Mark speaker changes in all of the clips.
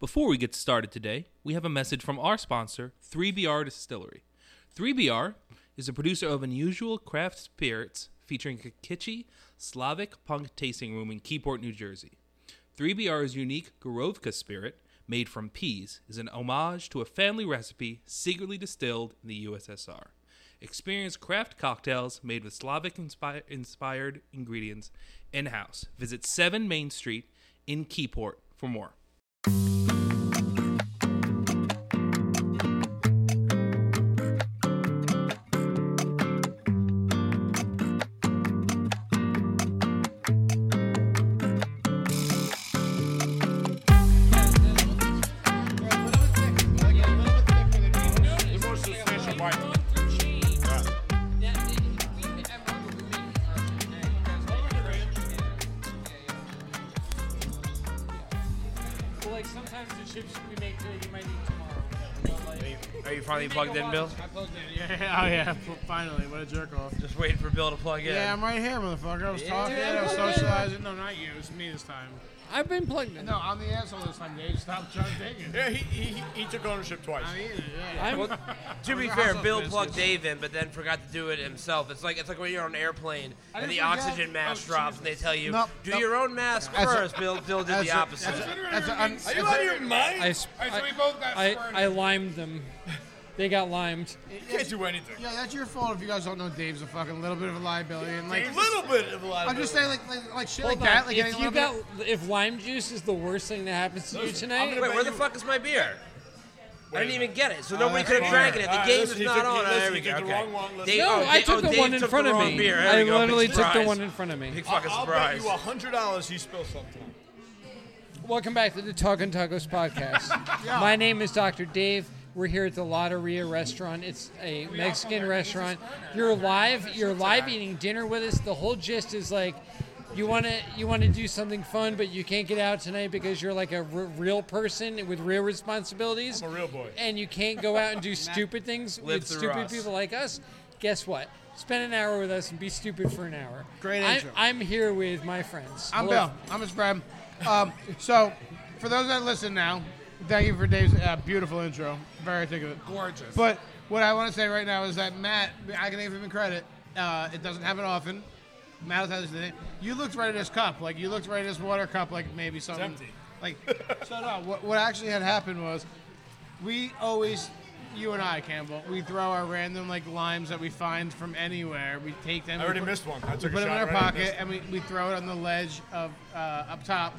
Speaker 1: Before we get started today, we have a message from our sponsor, 3BR Distillery. 3BR is a producer of unusual craft spirits featuring a kitschy Slavic punk tasting room in Keyport, New Jersey. 3BR's unique Gorovka spirit, made from peas, is an homage to a family recipe secretly distilled in the USSR. Experience craft cocktails made with Slavic inspi- inspired ingredients in house. Visit 7 Main Street in Keyport for more.
Speaker 2: Well, like sometimes the chips we make today, you might need tomorrow. But, like,
Speaker 3: Are you, are you finally plugged in, Bill?
Speaker 2: I plugged in. Yeah.
Speaker 4: Yeah, oh yeah, f- finally, what a jerk off.
Speaker 3: Just waiting for Bill to plug in.
Speaker 4: Yeah, I'm right here, motherfucker. I was talking,
Speaker 2: Dude, I'm
Speaker 4: I was
Speaker 2: fucking-
Speaker 4: socializing. No, not you, it's me this time.
Speaker 2: I've been plugged in.
Speaker 4: No, I'm the asshole this time, Dave. Stop trying to take it.
Speaker 5: Yeah, he, he, he took ownership twice.
Speaker 2: Oh,
Speaker 4: I mean, yeah.
Speaker 2: I'm,
Speaker 3: to be
Speaker 4: Your
Speaker 3: fair,
Speaker 4: house
Speaker 3: Bill
Speaker 4: is
Speaker 3: plugged
Speaker 4: business.
Speaker 3: Dave in, but then forgot to do it himself. It's like it's like when you're on an airplane and
Speaker 4: didn't
Speaker 3: the
Speaker 4: forget-
Speaker 3: oxygen mask
Speaker 4: oh,
Speaker 3: drops, and they tell you
Speaker 4: Nope,
Speaker 3: do
Speaker 4: nope.
Speaker 3: your own mask
Speaker 4: That's a-
Speaker 3: first. Bill Bill did the opposite.
Speaker 4: That's a- un-
Speaker 5: Are you out of your mind?
Speaker 2: I, s-
Speaker 4: Alright, so
Speaker 2: I-
Speaker 4: we both got
Speaker 2: I,
Speaker 4: squirted.
Speaker 2: I limed them. They got limed.
Speaker 5: you can't do anything.
Speaker 4: yeah, that's your fault if you guys don't know Dave's a fucking little bit of a liability. And like,
Speaker 5: A little bit of a lot.
Speaker 4: I'm just saying, like, like, like shit like
Speaker 2: Hold
Speaker 4: that.
Speaker 2: on,
Speaker 4: Like, getting
Speaker 2: if
Speaker 4: a
Speaker 2: you
Speaker 4: little
Speaker 2: got,
Speaker 4: bit-
Speaker 2: if lime juice is the worst thing that happens to you tonight,
Speaker 3: Wait, where the fuck is my beer? I didn't even get it, so nobody
Speaker 4: that's
Speaker 3: could have
Speaker 4: fine.
Speaker 3: drank it. If the
Speaker 5: Alright,
Speaker 3: game's
Speaker 5: listen, he
Speaker 3: not
Speaker 5: took-
Speaker 3: on,
Speaker 5: he- listen,
Speaker 3: there we
Speaker 5: he
Speaker 3: go.
Speaker 5: took the
Speaker 3: Okay.
Speaker 5: wrong one, listen.
Speaker 3: Dave-
Speaker 2: no,
Speaker 3: oh,
Speaker 2: I
Speaker 3: Dave-
Speaker 2: took
Speaker 3: oh,
Speaker 2: the
Speaker 3: Dave
Speaker 2: one in
Speaker 3: took
Speaker 2: front of
Speaker 3: wrong
Speaker 2: me.
Speaker 3: beer. There we go,
Speaker 2: I
Speaker 3: big
Speaker 2: literally took the
Speaker 3: surprise.
Speaker 2: one in front of me.
Speaker 3: Big fucking
Speaker 5: I'll
Speaker 3: surprise.
Speaker 5: bet you hundred dollars he spilled something.
Speaker 2: Welcome back to the Talking Tacos podcast. My name is Dr. Dave. We're here at the Lotteria restaurant. It's a Mexican restaurant. You're live. You're live eating dinner with us. The whole gist is like, you want to you want to do something fun, but you can't get out tonight because you're like a r- real person with real responsibilities.
Speaker 5: I'm a real boy.
Speaker 2: And you can't go out and do stupid things
Speaker 3: Live
Speaker 2: with
Speaker 3: through
Speaker 2: stupid
Speaker 3: us.
Speaker 2: people like us. Guess what? Spend an hour with us and be stupid for an hour.
Speaker 4: Great
Speaker 2: I'm,
Speaker 4: intro.
Speaker 2: I'm here with my friends.
Speaker 4: I'm
Speaker 2: Hello.
Speaker 4: Bill. I'm his friend. Um, so, for those that listen now, thank you for Dave's uh, beautiful intro. Very thick of it. Gorgeous. But what I want to say right now is that Matt, I can give him credit. Uh, it doesn't happen often. Matt will tell us the name. You looked right at his cup. Like, you looked right at his water cup, like maybe something.
Speaker 5: empty.
Speaker 4: Like, so no, what, what actually had happened was we always, you and I, Campbell, we throw our random, like, limes that we find from anywhere. We take them. we
Speaker 5: I already
Speaker 4: put-
Speaker 5: missed one. I
Speaker 4: we
Speaker 5: took a
Speaker 4: put it in
Speaker 5: shot
Speaker 4: our
Speaker 5: right at
Speaker 4: pocket and we, we throw it on the ledge of uh, up top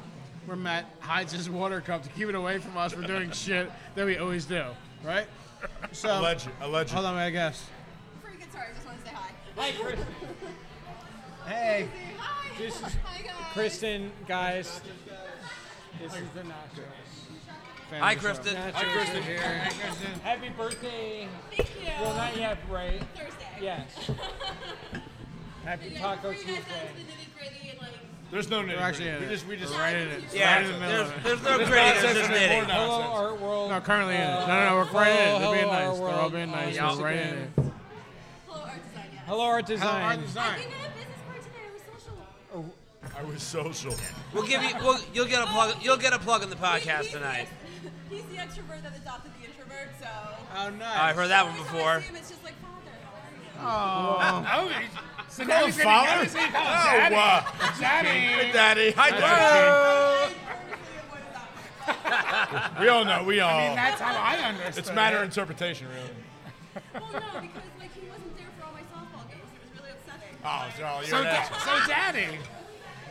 Speaker 4: where Matt hides his water cup to keep it away from us. We're doing shit that we always do, right? So
Speaker 5: Alleged. Alleged.
Speaker 4: hold on, I guess.
Speaker 6: Pretty good story. I just want to say hi.
Speaker 2: Hi, Chris.
Speaker 4: Hey,
Speaker 6: Say hi.
Speaker 2: This is
Speaker 6: hi guys.
Speaker 2: Kristen, guys.
Speaker 4: this is the nacho.
Speaker 3: Hi, Kristen.
Speaker 2: Hi, Kristen. Happy birthday.
Speaker 6: Thank you.
Speaker 2: Well, not yet, right?
Speaker 6: Thursday.
Speaker 2: Yes. Happy
Speaker 6: Yeah,
Speaker 2: Taco
Speaker 6: before you guys got
Speaker 2: Tuesday.
Speaker 6: into the nitty gritty and like.
Speaker 5: There's no
Speaker 4: We're
Speaker 5: nitty.
Speaker 4: actually in
Speaker 5: We
Speaker 4: it.
Speaker 5: just we just
Speaker 4: right in it.
Speaker 3: Yeah,
Speaker 4: Right in the middle
Speaker 3: there's,
Speaker 4: of it.
Speaker 3: there's no
Speaker 5: nonsense
Speaker 3: credit. There's just
Speaker 5: and more
Speaker 3: knitting.
Speaker 5: nonsense.
Speaker 2: Hello, Art World. Uh,
Speaker 4: No, currently in it. No, no, no, we're right in it. They're being nice. They're all being nice. Y'all right in it.
Speaker 6: Hello, art design. Yes.
Speaker 2: Hello, Art Design.
Speaker 6: I think I have business card today. I was social.
Speaker 5: I was social.
Speaker 3: We'll give you. We'll, you'll get a plug. You'll get a plug in the
Speaker 6: He-
Speaker 3: podcast
Speaker 6: he's the
Speaker 3: tonight.
Speaker 6: ex- He's the extrovert that adopted the introvert, so.
Speaker 4: Oh,
Speaker 3: I
Speaker 4: nice.
Speaker 3: heard that one
Speaker 6: Every time I
Speaker 3: before.
Speaker 6: see him, it's just like, Father, how are you?
Speaker 4: Oh,
Speaker 5: So now he's father. Oh, wow. Daddy. Daddy. Hi, Daddy. We all know. We all.
Speaker 4: that's how I understand.
Speaker 5: it's matter of interpretation, really.
Speaker 6: well, no, because like he wasn't there for all my softball games. It was really upsetting.
Speaker 5: Oh, so you're
Speaker 4: So,
Speaker 5: an
Speaker 4: da-
Speaker 5: asshole.
Speaker 4: so, daddy.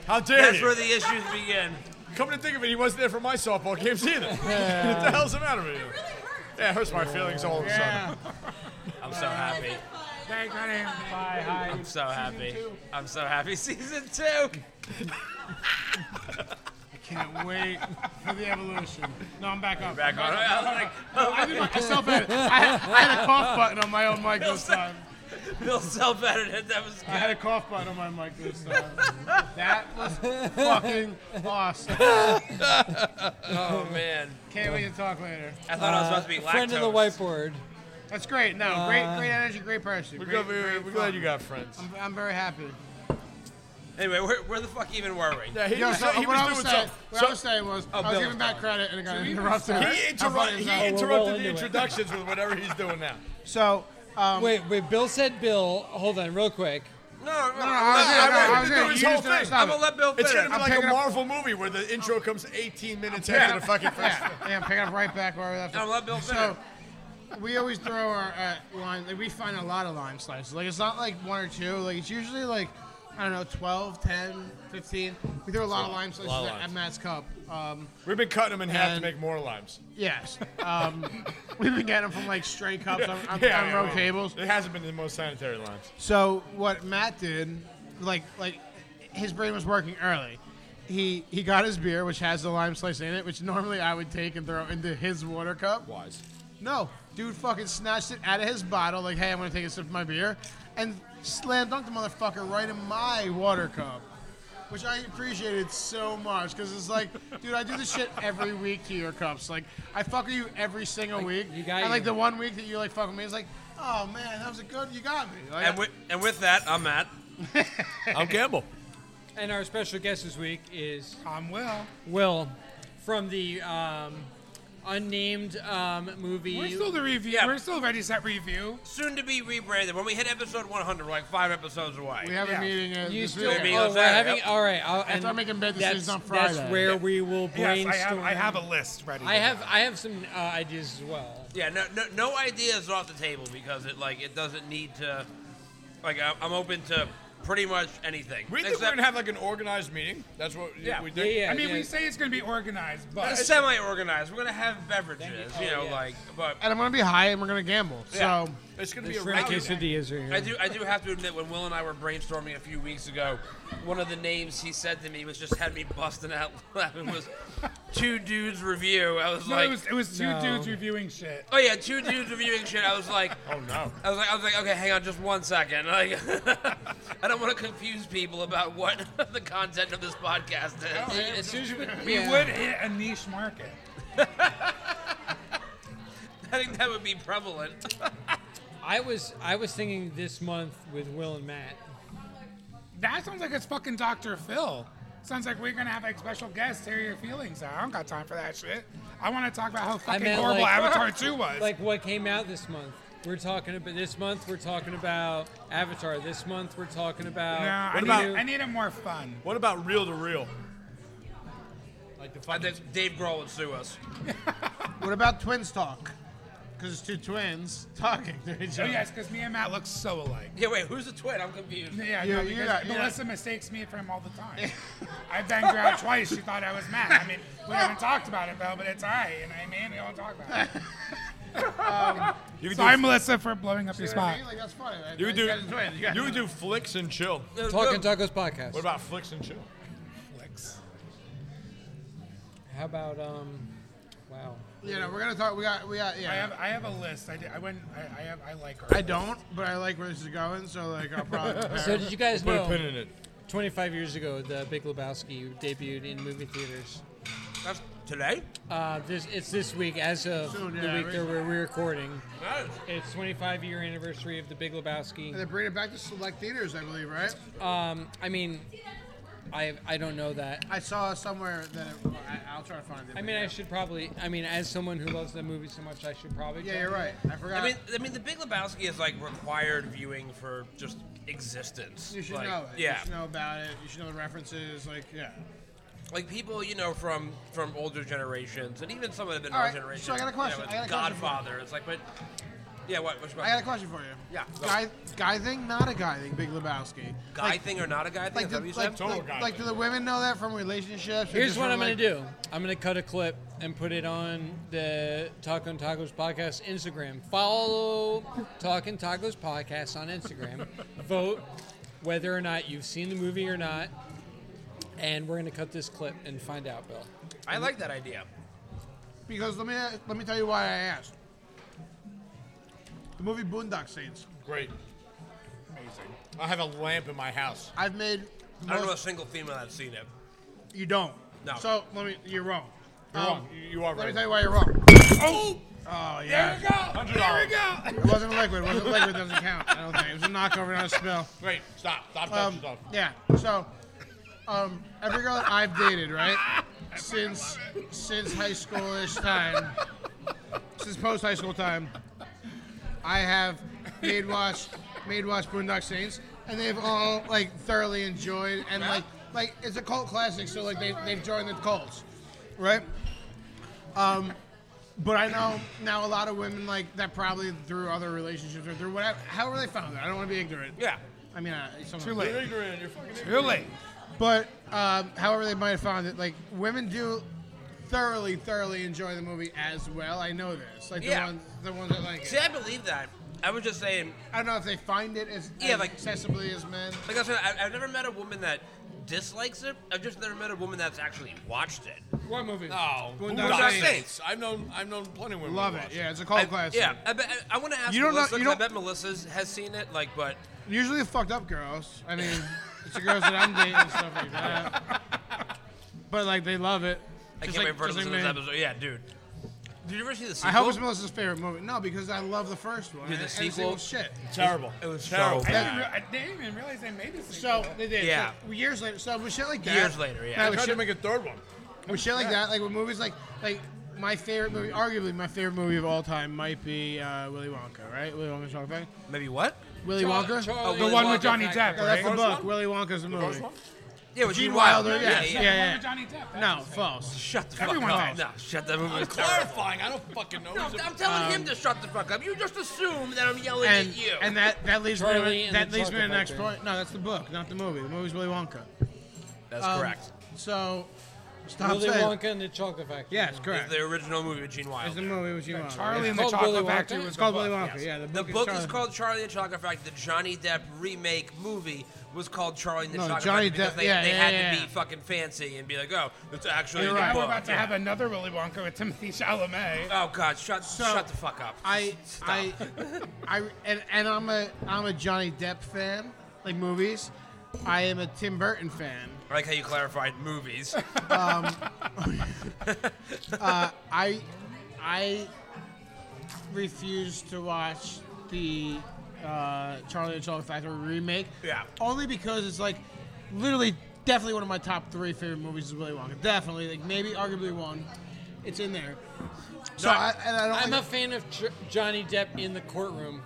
Speaker 5: How dare
Speaker 3: That's
Speaker 5: you?
Speaker 3: where the issues begin.
Speaker 5: Coming to think of it, he wasn't there for my softball games either. what the hell's the matter with you?
Speaker 6: It really hurt.
Speaker 5: Yeah, it hurts my feelings all of a sudden.
Speaker 4: Yeah.
Speaker 3: I'm so
Speaker 6: I
Speaker 3: happy.
Speaker 6: had fun.
Speaker 4: Thank
Speaker 6: Fun
Speaker 4: you.
Speaker 6: time.
Speaker 2: Hi, hi.
Speaker 3: I'm so happy. I'm so happy. Season two.
Speaker 4: Can't wait for the evolution. No, I'm back up.
Speaker 3: Back on. I was like,
Speaker 4: I did myself edit. I had, I had a cough button on my own mic this time.
Speaker 3: Bill self edited. That was
Speaker 4: I had a cough button on my mic this time. That was fucking awesome.
Speaker 3: oh man.
Speaker 4: Can't wait to talk later.
Speaker 3: I thought I was about to be lactose.
Speaker 2: Uh, Friend of the whiteboard.
Speaker 4: That's great. No, great, great energy, great person.
Speaker 5: We're
Speaker 4: Great-
Speaker 5: glad, we're,
Speaker 4: great
Speaker 5: we're glad
Speaker 4: fun.
Speaker 5: you got friends.
Speaker 4: I'm, I'm very happy.
Speaker 3: Anyway, where, where the fuck even were we?
Speaker 5: Yeah, he
Speaker 4: Yo,
Speaker 5: was,
Speaker 4: so
Speaker 5: he
Speaker 4: what
Speaker 5: was
Speaker 4: I was
Speaker 5: doing
Speaker 4: saying,
Speaker 5: some-
Speaker 4: what I
Speaker 5: some-
Speaker 4: was saying was, I was
Speaker 3: Bill.
Speaker 4: giving back credit and it got interrupted.
Speaker 5: He,
Speaker 4: How funny
Speaker 5: interrupt,
Speaker 4: is
Speaker 5: he
Speaker 4: that?
Speaker 2: interrupt-
Speaker 5: interrupted
Speaker 2: into
Speaker 5: the
Speaker 2: it.
Speaker 5: introductions with whatever he's doing now.
Speaker 4: So, um,
Speaker 2: Wait, wait. Bill said Bill. Hold on, real quick.
Speaker 3: No, no, no.
Speaker 4: no, I was
Speaker 5: I
Speaker 4: gonna-
Speaker 5: want
Speaker 4: no,
Speaker 5: him
Speaker 4: I was
Speaker 5: to
Speaker 4: gonna
Speaker 5: do his
Speaker 4: use
Speaker 5: whole
Speaker 4: the-
Speaker 5: thing.
Speaker 4: stop
Speaker 3: I'm
Speaker 4: it.
Speaker 3: gonna let Bill
Speaker 5: It's
Speaker 3: finish.
Speaker 5: gonna be
Speaker 3: I'm-
Speaker 5: like a
Speaker 4: picking up-
Speaker 5: Marvel movie where the intro comes 18 minutes
Speaker 4: Yeah.
Speaker 5: after the fucking first.
Speaker 4: yeah, yeah, I'm picking up right back where we left
Speaker 3: I love Bill
Speaker 4: So, we always throw our uh, line, like, we find a lot of lime slices. Like, it's not like one or two, like, it's usually like, I don't know, 12, 10, 15. We throw a lot of lime slices
Speaker 5: lot of
Speaker 4: at,
Speaker 5: limes.
Speaker 4: at Matt's Cup. Um,
Speaker 5: We've been cutting them in half to
Speaker 4: And-
Speaker 5: make more limes.
Speaker 4: yes. Um, we've been getting them from like stray cups on, on,
Speaker 5: Yeah,
Speaker 4: on
Speaker 5: yeah,
Speaker 4: row
Speaker 5: yeah.
Speaker 4: tables.
Speaker 5: It hasn't been the most sanitary limes.
Speaker 4: So what Matt did, like like his brain was working early. He he got his beer, which has the lime slice in it, which normally I would take and throw into his water cup.
Speaker 5: Wise.
Speaker 4: No, dude, fucking snatched it out of his bottle. Like, hey, I'm gonna take a sip of my beer, and slam dunked the motherfucker right in my water cup, which I appreciated so much because it's like, dude, I do this shit every week to your cups. Like, I fuck with you every single week,
Speaker 2: you got
Speaker 4: and like
Speaker 2: you.
Speaker 4: the one week that you like fuck with me, it's like, oh man, that was a good, you got me. Like,
Speaker 3: and, with, and with that, I'm Matt.
Speaker 5: I'm Gamble.
Speaker 2: And our special guest this week is
Speaker 7: I'm Will.
Speaker 2: Will from the um, unnamed um, movie.
Speaker 7: We're still the review.
Speaker 3: Yeah.
Speaker 7: We're still ready set review.
Speaker 3: Soon to be rebranded. When we hit episode 100, we're like five episodes away.
Speaker 4: we have
Speaker 7: Yeah.
Speaker 4: a meeting. Uh,
Speaker 2: you
Speaker 4: this
Speaker 2: still,
Speaker 4: weekend.
Speaker 3: Maybe
Speaker 2: oh,
Speaker 3: on
Speaker 2: we're
Speaker 3: Saturday,
Speaker 2: having
Speaker 3: yep.
Speaker 2: all right. I'll, and
Speaker 4: start making bid
Speaker 2: that's,
Speaker 4: decisions on
Speaker 2: That's
Speaker 4: Friday.
Speaker 2: where we will brainstorm.
Speaker 7: Yes, I have. I have a list ready.
Speaker 2: I have, I have some uh, ideas as well.
Speaker 3: Yeah, no, no, no ideas off the table because it like it doesn't need to. Like I- I'm open to pretty much anything.
Speaker 5: We think we're
Speaker 3: except
Speaker 5: gonna have like an organized meeting. That's what
Speaker 7: Yeah.
Speaker 5: we
Speaker 7: we
Speaker 5: think.
Speaker 2: Yeah, yeah.
Speaker 7: I mean, we say it's going to be organized, but
Speaker 3: semi-organized. We're gonna have beverages,
Speaker 2: Thank
Speaker 3: you,
Speaker 2: you.
Speaker 3: know,
Speaker 2: Oh, yeah.
Speaker 3: like. But
Speaker 4: and I'm gonna be high, and we're gonna gamble.
Speaker 5: Yeah.
Speaker 4: So
Speaker 5: It's gonna
Speaker 2: The
Speaker 5: be a
Speaker 2: shrimp
Speaker 5: rowdy. day.
Speaker 2: quesadillas are here.
Speaker 3: I do, I do have to admit, when Will and I were brainstorming a few weeks ago, one of the names he said to me was just had me busting out laughing. Was two dudes review? I was
Speaker 7: no,
Speaker 3: like,
Speaker 7: it was it was two
Speaker 2: No.
Speaker 7: dudes reviewing shit.
Speaker 3: oh yeah, two dudes reviewing shit. I was like,
Speaker 5: Oh no.
Speaker 3: I was like, I was like, okay, hang on, just one second. Like, I don't want to confuse people about what the content of this podcast is.
Speaker 2: As soon as we,
Speaker 7: We
Speaker 2: yeah.
Speaker 7: would hit a niche market.
Speaker 3: I think that would be prevalent.
Speaker 2: I was, I was thinking this month with Will and Matt.
Speaker 7: That sounds like it's fucking Dr. Phil. Sounds like we're gonna have a special guest. Hear your feelings. I don't got time for that shit. I want to talk about how fucking
Speaker 2: meant,
Speaker 7: horrible
Speaker 2: like-
Speaker 7: Avatar 2 was.
Speaker 2: Like what came out this month. We're talking about this month. We're talking about Avatar. This month we're talking about.
Speaker 7: no, I
Speaker 5: What
Speaker 7: need,
Speaker 5: about-
Speaker 7: I need it more fun.
Speaker 5: What about real to real?
Speaker 3: I think Dave Grohl would sue us.
Speaker 4: what about twins talk? Because it's two twins talking to each
Speaker 7: Oh,
Speaker 4: other.
Speaker 7: yes, because me and Matt look so alike.
Speaker 3: Yeah, wait, who's the twin? I'm confused.
Speaker 7: Yeah,
Speaker 4: You-
Speaker 7: no,
Speaker 4: you
Speaker 7: because
Speaker 4: got- you
Speaker 7: Melissa mistakes me for him all the time. I banged her out twice. She thought I was mad. I mean, we haven't talked about it though, but it's alright. You know what I mean? We don't talk about it.
Speaker 5: You could
Speaker 7: Sorry,
Speaker 5: do,
Speaker 7: Melissa, for blowing up your
Speaker 4: You know what I
Speaker 7: spot.
Speaker 4: mean? Like, that's funny. right?
Speaker 5: you could
Speaker 4: Like, guys are twins.
Speaker 5: do,
Speaker 4: You guys
Speaker 5: you
Speaker 4: are
Speaker 5: could do flicks and chill.
Speaker 2: Talking Tacos podcast.
Speaker 5: What about flicks and chill?
Speaker 7: Netflix.
Speaker 2: How about um? Wow.
Speaker 4: Yeah, no, we're gonna talk. We got, we got. Yeah,
Speaker 7: I
Speaker 4: I,
Speaker 7: have I have a list. I, did, I went. I, I have. I like her.
Speaker 4: don't, but I like where this is going. So like, I'll probably. compare.
Speaker 2: So did you guys
Speaker 5: Put a pin
Speaker 2: know?
Speaker 5: in it.
Speaker 2: 25 years ago, The Big Lebowski debuted in movie theaters.
Speaker 3: That's today?
Speaker 2: Uh, this it's this week as of
Speaker 4: Soon,
Speaker 2: the
Speaker 4: yeah,
Speaker 2: week
Speaker 4: right.
Speaker 2: that we're we're recording. It's 25 year anniversary of The Big
Speaker 4: and
Speaker 2: Lebowski.
Speaker 4: they bring it back to select theaters, I believe, right?
Speaker 2: Um, I mean, I I don't know that.
Speaker 4: I saw somewhere that it, I, I'll try to find it.
Speaker 2: I mean, I should probably. I mean, as someone who loves that movie so much, I should probably.
Speaker 4: Yeah, you're right. I forgot.
Speaker 3: I mean, I mean, The Big Lebowski is like required viewing for just existence.
Speaker 4: you should
Speaker 3: Like,
Speaker 4: know it.
Speaker 3: Yeah,
Speaker 4: You should know about it. You should know the references. Like, yeah.
Speaker 3: like people you know from from older generations and even some that have been
Speaker 4: All
Speaker 3: our
Speaker 4: right,
Speaker 3: generation.
Speaker 4: so I got a
Speaker 3: you know,
Speaker 4: question.
Speaker 3: it's
Speaker 4: I got a question for you.
Speaker 3: Godfather. It's like, but yeah, what? Which
Speaker 4: I
Speaker 3: question?
Speaker 4: got a question for you.
Speaker 3: Yeah.
Speaker 4: Guy, guy thing, not a guy thing. Big Lebowski.
Speaker 3: guy
Speaker 4: like,
Speaker 3: thing or not a guy thing?
Speaker 4: like,
Speaker 3: Is
Speaker 4: do,
Speaker 3: that what you
Speaker 4: like,
Speaker 3: said?
Speaker 5: Total
Speaker 4: like-
Speaker 5: guy
Speaker 4: like,
Speaker 5: thing.
Speaker 4: do the women know that from relationships? or
Speaker 2: Here's
Speaker 4: just
Speaker 2: what
Speaker 4: from,
Speaker 2: I'm
Speaker 4: like-
Speaker 2: gonna do. I'm gonna cut a clip and put it on the Talking Tacos podcast Instagram. Follow Talking Tacos podcast on Instagram. Vote whether or not you've seen the movie or not, and we're gonna cut this clip and find out, Bill.
Speaker 3: I like that idea.
Speaker 4: Because let me let me tell you why I asked. The movie Boondock Saints.
Speaker 5: Great. Amazing. I have a lamp in my house.
Speaker 4: I've made. the
Speaker 3: I don't know a
Speaker 4: most-
Speaker 3: single female that's seen it.
Speaker 4: You don't.
Speaker 3: No.
Speaker 4: So let me. You're wrong.
Speaker 5: You're
Speaker 4: Um,
Speaker 5: wrong. You- You are
Speaker 4: Let me
Speaker 5: right.
Speaker 4: tell you why you're wrong.
Speaker 5: Oh,
Speaker 4: Oh yeah.
Speaker 5: hundred dollars.
Speaker 4: It wasn't liquid. It wasn't liquid. Doesn't count. I don't think. It was a knockover, not a spill.
Speaker 5: Great. Stop. Stop. Stop.
Speaker 4: Um,
Speaker 5: stop.
Speaker 4: yeah. So Um, every girl that I've dated, right, since since high schoolish time, since post high school time, I have made watch made watch Boondock Saints, and they've all like thoroughly enjoyed and like like it's a cult classic, so like they they've joined the cults, right? Um, But I know now a lot of women like that probably through other relationships or through whatever. However they found it, I don't want to be ignorant.
Speaker 5: Yeah.
Speaker 4: I mean, uh, I, some
Speaker 7: Too late.
Speaker 5: Too late.
Speaker 4: But um, however they might have found it, like women do thoroughly, thoroughly enjoy the movie as well. I know this. Like the
Speaker 3: Yeah.
Speaker 4: ones, the ones that like
Speaker 3: See,
Speaker 4: it.
Speaker 3: I believe that. I was just saying,
Speaker 4: I don't know if they find it as,
Speaker 3: Yeah,
Speaker 4: as
Speaker 3: like-
Speaker 4: accessibly as men.
Speaker 3: like I said, I, I've never met a woman that dislikes it. I've just never met a woman that's actually watched it.
Speaker 4: What movie?
Speaker 5: Oh,
Speaker 4: Boondock
Speaker 5: Boondock
Speaker 4: Saints.
Speaker 5: Saints. I've known I've known plenty of women.
Speaker 4: Love
Speaker 5: who
Speaker 4: it.
Speaker 5: watch
Speaker 4: Yeah, it's a cult
Speaker 3: I-
Speaker 4: classic.
Speaker 3: Yeah, I, bet, I, I want to ask
Speaker 4: You don't know-
Speaker 3: Melissa
Speaker 4: you
Speaker 3: 'cause I
Speaker 4: don't-
Speaker 3: bet Melissa has seen it. Like, but
Speaker 4: Usually the fucked up girls. I mean, it's the girls that I'm dating and stuff like that. But like they love it.
Speaker 3: I can't
Speaker 4: Just like-
Speaker 3: wait for her to
Speaker 4: just
Speaker 3: listen
Speaker 4: like
Speaker 3: to
Speaker 4: me.
Speaker 3: this episode. Yeah, dude. Did you ever see the sequel?
Speaker 4: I hope it's Melissa's favorite movie. No, because I love the first one.
Speaker 3: Dude, the
Speaker 4: and every
Speaker 3: sequel-
Speaker 4: single Shit.
Speaker 5: Terrible.
Speaker 3: It was
Speaker 5: terrible.
Speaker 3: so
Speaker 7: I
Speaker 3: bad.
Speaker 7: didn't, re- I didn't even realize they made this.
Speaker 4: So
Speaker 7: sequel.
Speaker 4: they did.
Speaker 3: Yeah.
Speaker 4: So, years later. So with shit like that.
Speaker 3: Years later, yeah.
Speaker 5: I
Speaker 4: with
Speaker 5: tried to
Speaker 4: shit,
Speaker 5: make a third one.
Speaker 4: with shit like that, like with movies like like my favorite movie, arguably my favorite movie of all time, might be uh, Willy Wonka, right? Willy Wonka's Chocolate Factory.
Speaker 3: Maybe what?
Speaker 4: Willy
Speaker 2: Char-
Speaker 4: Wonka.
Speaker 2: Charlie
Speaker 3: The
Speaker 2: and
Speaker 7: one
Speaker 2: Chocolate
Speaker 7: with Johnny
Speaker 2: Factory.
Speaker 7: Depp,
Speaker 4: no,
Speaker 7: right?
Speaker 4: that's the
Speaker 5: first
Speaker 4: book.
Speaker 5: one?
Speaker 4: Willy Wonka's the movie.
Speaker 5: First one?
Speaker 3: Yeah, it was
Speaker 4: Gene Wilder. Yeah, yeah,
Speaker 7: The one
Speaker 4: yeah.
Speaker 7: with Johnny Depp. that's
Speaker 4: No,
Speaker 7: his name.
Speaker 4: false.
Speaker 3: Shut the fuck
Speaker 7: Everyone
Speaker 3: up.
Speaker 7: knows.
Speaker 3: No, shut that movie.
Speaker 5: I'm
Speaker 3: was terrible.
Speaker 5: clarifying. I don't fucking know.
Speaker 3: No,
Speaker 5: He's a-
Speaker 3: I'm telling him to shut the fuck up. You just assume that I'm yelling
Speaker 4: And
Speaker 3: at you.
Speaker 4: and that that leads
Speaker 2: Charlie
Speaker 4: me to,
Speaker 2: and
Speaker 4: that
Speaker 2: the
Speaker 4: leads me to the
Speaker 2: Chocolate
Speaker 4: next
Speaker 2: Factory.
Speaker 4: point. No, that's the book, not the movie. The movie's Willy Wonka.
Speaker 3: That's
Speaker 4: Um,
Speaker 3: correct.
Speaker 4: So stop
Speaker 2: Willy
Speaker 4: saying.
Speaker 2: Wonka and the Chocolate Factory.
Speaker 4: Yes, correct.
Speaker 3: The original movie with Gene
Speaker 4: It's the
Speaker 3: Wilder.
Speaker 4: movie with Gene Wilder.
Speaker 7: Charlie
Speaker 4: yeah.
Speaker 7: and the
Speaker 2: Called Willy
Speaker 7: Chocolate
Speaker 2: Wonka?
Speaker 7: Factory
Speaker 4: It's
Speaker 7: was
Speaker 4: called
Speaker 7: the
Speaker 4: Willy
Speaker 7: book,
Speaker 4: Wonka.
Speaker 7: yes.
Speaker 4: Yeah, the
Speaker 3: The
Speaker 4: book,
Speaker 3: book
Speaker 4: is,
Speaker 3: is
Speaker 4: Charlie.
Speaker 3: called Charlie and the Chocolate Factory. The Johnny Depp remake movie was called Charlie and the
Speaker 4: No,
Speaker 3: Chocolate
Speaker 4: Johnny
Speaker 3: Factory because
Speaker 4: Depp-
Speaker 3: they,
Speaker 4: yeah,
Speaker 3: they
Speaker 4: yeah,
Speaker 3: had
Speaker 4: yeah,
Speaker 3: to
Speaker 4: yeah.
Speaker 3: be fucking fancy and be like, oh, it's actually
Speaker 4: You're
Speaker 3: the
Speaker 4: right.
Speaker 7: Now
Speaker 3: book.
Speaker 7: we're about to
Speaker 3: Yeah.
Speaker 7: have another Willy Wonka with Timothy Chalamet.
Speaker 3: Oh God! Shut shut the fuck up.
Speaker 4: I
Speaker 3: Stop.
Speaker 4: I I and, and I'm a I'm a Johnny Depp fan, like movies. I am a Tim Burton fan.
Speaker 3: I like how you clarified movies.
Speaker 4: I I refuse to watch the uh, Charlie and the Chocolate Factory remake.
Speaker 3: Yeah.
Speaker 4: Only because it's like literally definitely one of my top three favorite movies is Willy Wonka. Definitely, like maybe arguably one. It's in there. So I, and I don't.
Speaker 2: I'm
Speaker 4: like-
Speaker 2: a fan of Ch- Johnny Depp in the courtroom.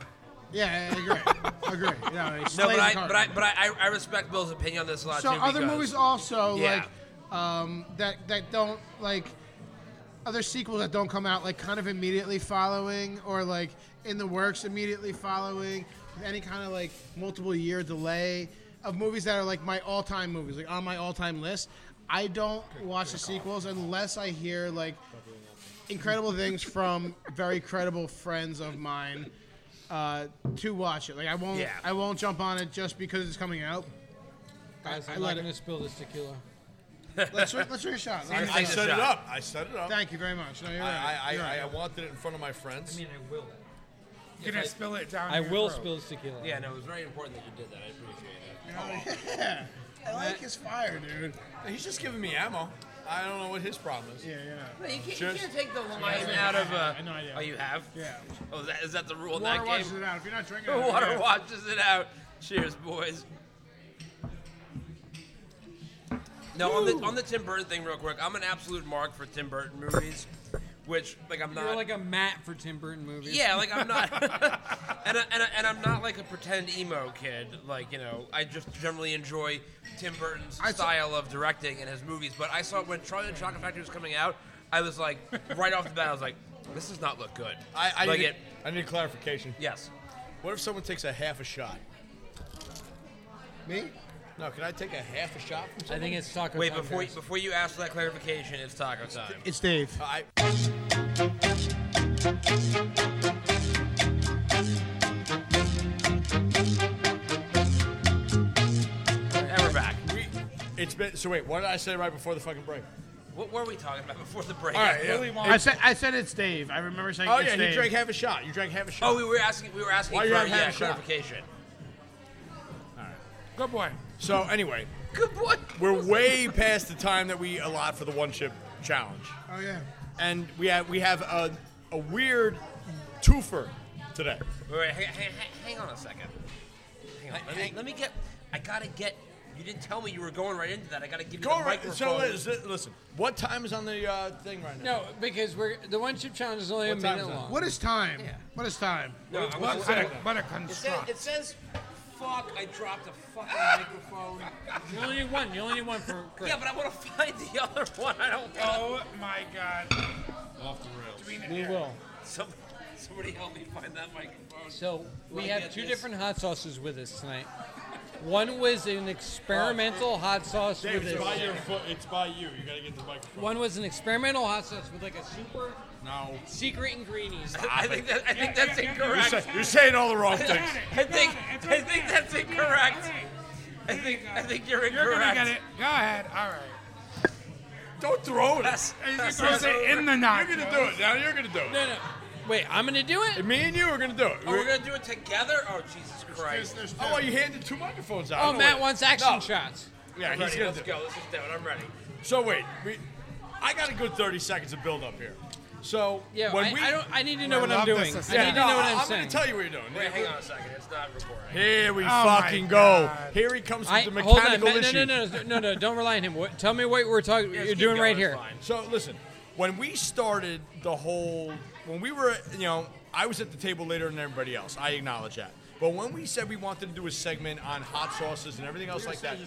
Speaker 4: yeah, yeah, agree, agree. No, he
Speaker 3: no,
Speaker 4: slayed
Speaker 3: but
Speaker 4: the
Speaker 3: I
Speaker 4: card.
Speaker 3: but I but I, I respect Bill's opinion on this a lot
Speaker 4: so
Speaker 3: too.
Speaker 4: other
Speaker 3: because-
Speaker 4: movies also
Speaker 3: Yeah.
Speaker 4: like um, that that don't like other sequels that don't come out like kind of immediately following or like in the works immediately following with any kind of like multiple year delay of movies that are like my all-time movies like on my all-time list i don't watch the sequels unless i hear like incredible things from very credible friends of mine uh, to watch it like i won't
Speaker 3: Yeah.
Speaker 4: i won't jump on it just because it's coming out
Speaker 2: Guys,
Speaker 4: I
Speaker 2: I'm
Speaker 4: let
Speaker 2: not
Speaker 4: it-
Speaker 2: going to spill this tequila.
Speaker 4: Let's drink, let's drink a shot. Let's drink
Speaker 5: I
Speaker 4: a shot.
Speaker 5: set it up. I set it up.
Speaker 4: Thank you very much. No, you're
Speaker 5: I,
Speaker 4: right.
Speaker 5: I,
Speaker 4: You're
Speaker 5: I, I
Speaker 4: right.
Speaker 5: wanted it in front of my friends.
Speaker 2: I will.
Speaker 7: You're gonna spill it down.
Speaker 2: I
Speaker 7: your
Speaker 2: will
Speaker 7: throat.
Speaker 2: spill this tequila.
Speaker 3: Yeah, no, it was very important that you did that. I appreciate
Speaker 4: yeah. I like his fire, dude.
Speaker 5: He's just giving me ammo. I don't know what his problem is.
Speaker 4: Yeah, yeah.
Speaker 3: it. You can't,
Speaker 5: Cheers. can't
Speaker 3: take the line out of. Uh,
Speaker 4: I know I do.
Speaker 3: Oh, you have?
Speaker 4: Yeah.
Speaker 3: Oh, is that, is that the rule in
Speaker 4: Water
Speaker 3: that
Speaker 4: washes
Speaker 3: game?
Speaker 4: it out. If you're not drinking
Speaker 3: The
Speaker 4: it,
Speaker 3: water
Speaker 4: yeah.
Speaker 3: washes it out. Cheers, boys. No, on the on the Tim Burton thing, real quick. I'm an absolute mark for Tim Burton movies, which like I'm not.
Speaker 2: You're like a mat for Tim Burton movies.
Speaker 3: Yeah, like I'm not, and, I, and, I, and I'm not like a pretend emo kid. Like you know, I just generally enjoy Tim Burton's
Speaker 4: I saw-
Speaker 3: style of directing and his movies. But I saw when Charlie and the Chocolate Factory was coming out, I was like, right off the bat, I was like, this does not look good.
Speaker 5: I, I,
Speaker 3: like
Speaker 5: need,
Speaker 3: it.
Speaker 5: I need clarification.
Speaker 3: Yes.
Speaker 5: What if someone takes a half a shot?
Speaker 4: Me?
Speaker 5: No, can I take a half a shot? From
Speaker 2: I think it's Taco
Speaker 3: Wait
Speaker 2: Time
Speaker 3: before you,
Speaker 2: Fest.
Speaker 3: before you ask for that clarification, it's taco time.
Speaker 4: It's Dave.
Speaker 5: I,
Speaker 3: And we're back.
Speaker 5: we, it's been so. Wait, what did I say right before the fucking break?
Speaker 3: What were we talking about before the break?
Speaker 5: All right.
Speaker 7: Willy
Speaker 5: Yeah.
Speaker 3: Oh,
Speaker 7: Wonka.
Speaker 4: I said I said it's Dave. I remember saying
Speaker 5: Oh
Speaker 4: it's
Speaker 5: yeah,
Speaker 4: Dave.
Speaker 5: you drank half a shot. You drank half a shot.
Speaker 3: Oh, we were asking. We were asking
Speaker 5: Why
Speaker 3: for
Speaker 5: you have
Speaker 3: yeah,
Speaker 5: half shot?
Speaker 3: clarification.
Speaker 7: Good boy.
Speaker 5: So anyway,
Speaker 3: Good boy.
Speaker 5: we're way past the time that we allot for the one chip challenge,
Speaker 4: Oh yeah.
Speaker 5: and we have we have a, a weird twofer today.
Speaker 3: Wait, wait, hang, hang, hang- hang on a second. Hang on. Let me, let me get. I gotta get You didn't tell me you were going right into that. I gotta give you
Speaker 5: Go
Speaker 3: the
Speaker 5: right.
Speaker 3: microphone.
Speaker 5: So is it, listen. What time is on the uh, thing right now?
Speaker 2: No, because we're the one chip challenge is only a
Speaker 5: time
Speaker 2: minute
Speaker 5: is it?
Speaker 2: long.
Speaker 4: What is time? What is time?
Speaker 3: No, I
Speaker 7: But,
Speaker 3: was-
Speaker 7: but, a, but a
Speaker 3: it, says,
Speaker 7: construct.
Speaker 3: it says, "Fuck! I dropped a fucking
Speaker 5: Ah!"
Speaker 3: microphone."
Speaker 2: You only need one. You only need one per. per.
Speaker 3: Yeah, but I want to find the other one. I don't. know.
Speaker 7: oh my god. Off the rails.
Speaker 2: we will.
Speaker 3: Some, somebody help me find that microphone.
Speaker 2: So we
Speaker 3: Like
Speaker 2: have
Speaker 3: at
Speaker 2: two
Speaker 3: this.
Speaker 2: different hot sauces with us tonight. One was an experimental hot sauce
Speaker 5: Dave,
Speaker 2: with
Speaker 5: it's by
Speaker 2: us.
Speaker 5: your foot. It's by you. You gotta get the microphone.
Speaker 2: One was an experimental hot sauce with like a super
Speaker 5: No.
Speaker 2: secret ingredient.
Speaker 3: I think that I think that's
Speaker 5: You're,
Speaker 3: incorrect.
Speaker 5: say, you're saying all the wrong things.
Speaker 3: I think I think that's incorrect. I think I think you're
Speaker 7: You're gonna get
Speaker 3: incorrect.
Speaker 7: it. Go ahead. All right.
Speaker 5: Don't throw it.
Speaker 3: That's- that's
Speaker 7: Throw it in the knot.
Speaker 5: You're gonna do it. Now you're gonna do it.
Speaker 2: No, no. Wait, I'm gonna do it.
Speaker 5: Me and you are gonna do it.
Speaker 3: Oh, we're gonna do it together? Oh, Jesus Christ.
Speaker 5: oh, you handed two microphones out.
Speaker 2: Oh,
Speaker 5: No,
Speaker 2: Matt
Speaker 5: wait.
Speaker 2: wants action
Speaker 5: No.
Speaker 2: shots.
Speaker 5: Yeah,
Speaker 3: I'm
Speaker 5: he's
Speaker 3: ready.
Speaker 5: gonna
Speaker 3: Let's
Speaker 5: do it.
Speaker 3: go. Let's just do it. I'm ready.
Speaker 5: So wait, we, I got a good 30 seconds of build up here. So
Speaker 2: Yeah,
Speaker 5: when
Speaker 2: I,
Speaker 5: we,
Speaker 2: I don't. I need to know what
Speaker 7: love
Speaker 2: I'm
Speaker 7: this
Speaker 2: doing. I need
Speaker 7: assessment.
Speaker 5: yeah,
Speaker 2: to
Speaker 5: no,
Speaker 2: know what I'm,
Speaker 5: I'm
Speaker 2: saying.
Speaker 5: gonna tell you what you're doing.
Speaker 3: Wait, hang on a second. It's not recording.
Speaker 5: Here we
Speaker 7: Oh my
Speaker 5: fucking go.
Speaker 7: God.
Speaker 5: Here he comes with
Speaker 2: I,
Speaker 5: the
Speaker 2: hold on,
Speaker 5: mechanical
Speaker 2: Matt,
Speaker 5: issue.
Speaker 2: no, no, no, no, no, Don't rely on him. What, tell me what we're talking.
Speaker 3: Yeah,
Speaker 2: you're
Speaker 3: just keep
Speaker 2: doing
Speaker 3: going,
Speaker 2: right
Speaker 3: it's
Speaker 2: here.
Speaker 3: fine.
Speaker 5: So listen, when we started the whole, when we were, you know, I was at the table later than everybody else. I acknowledge that. But when we said we wanted to do a segment on hot sauces and everything else like that,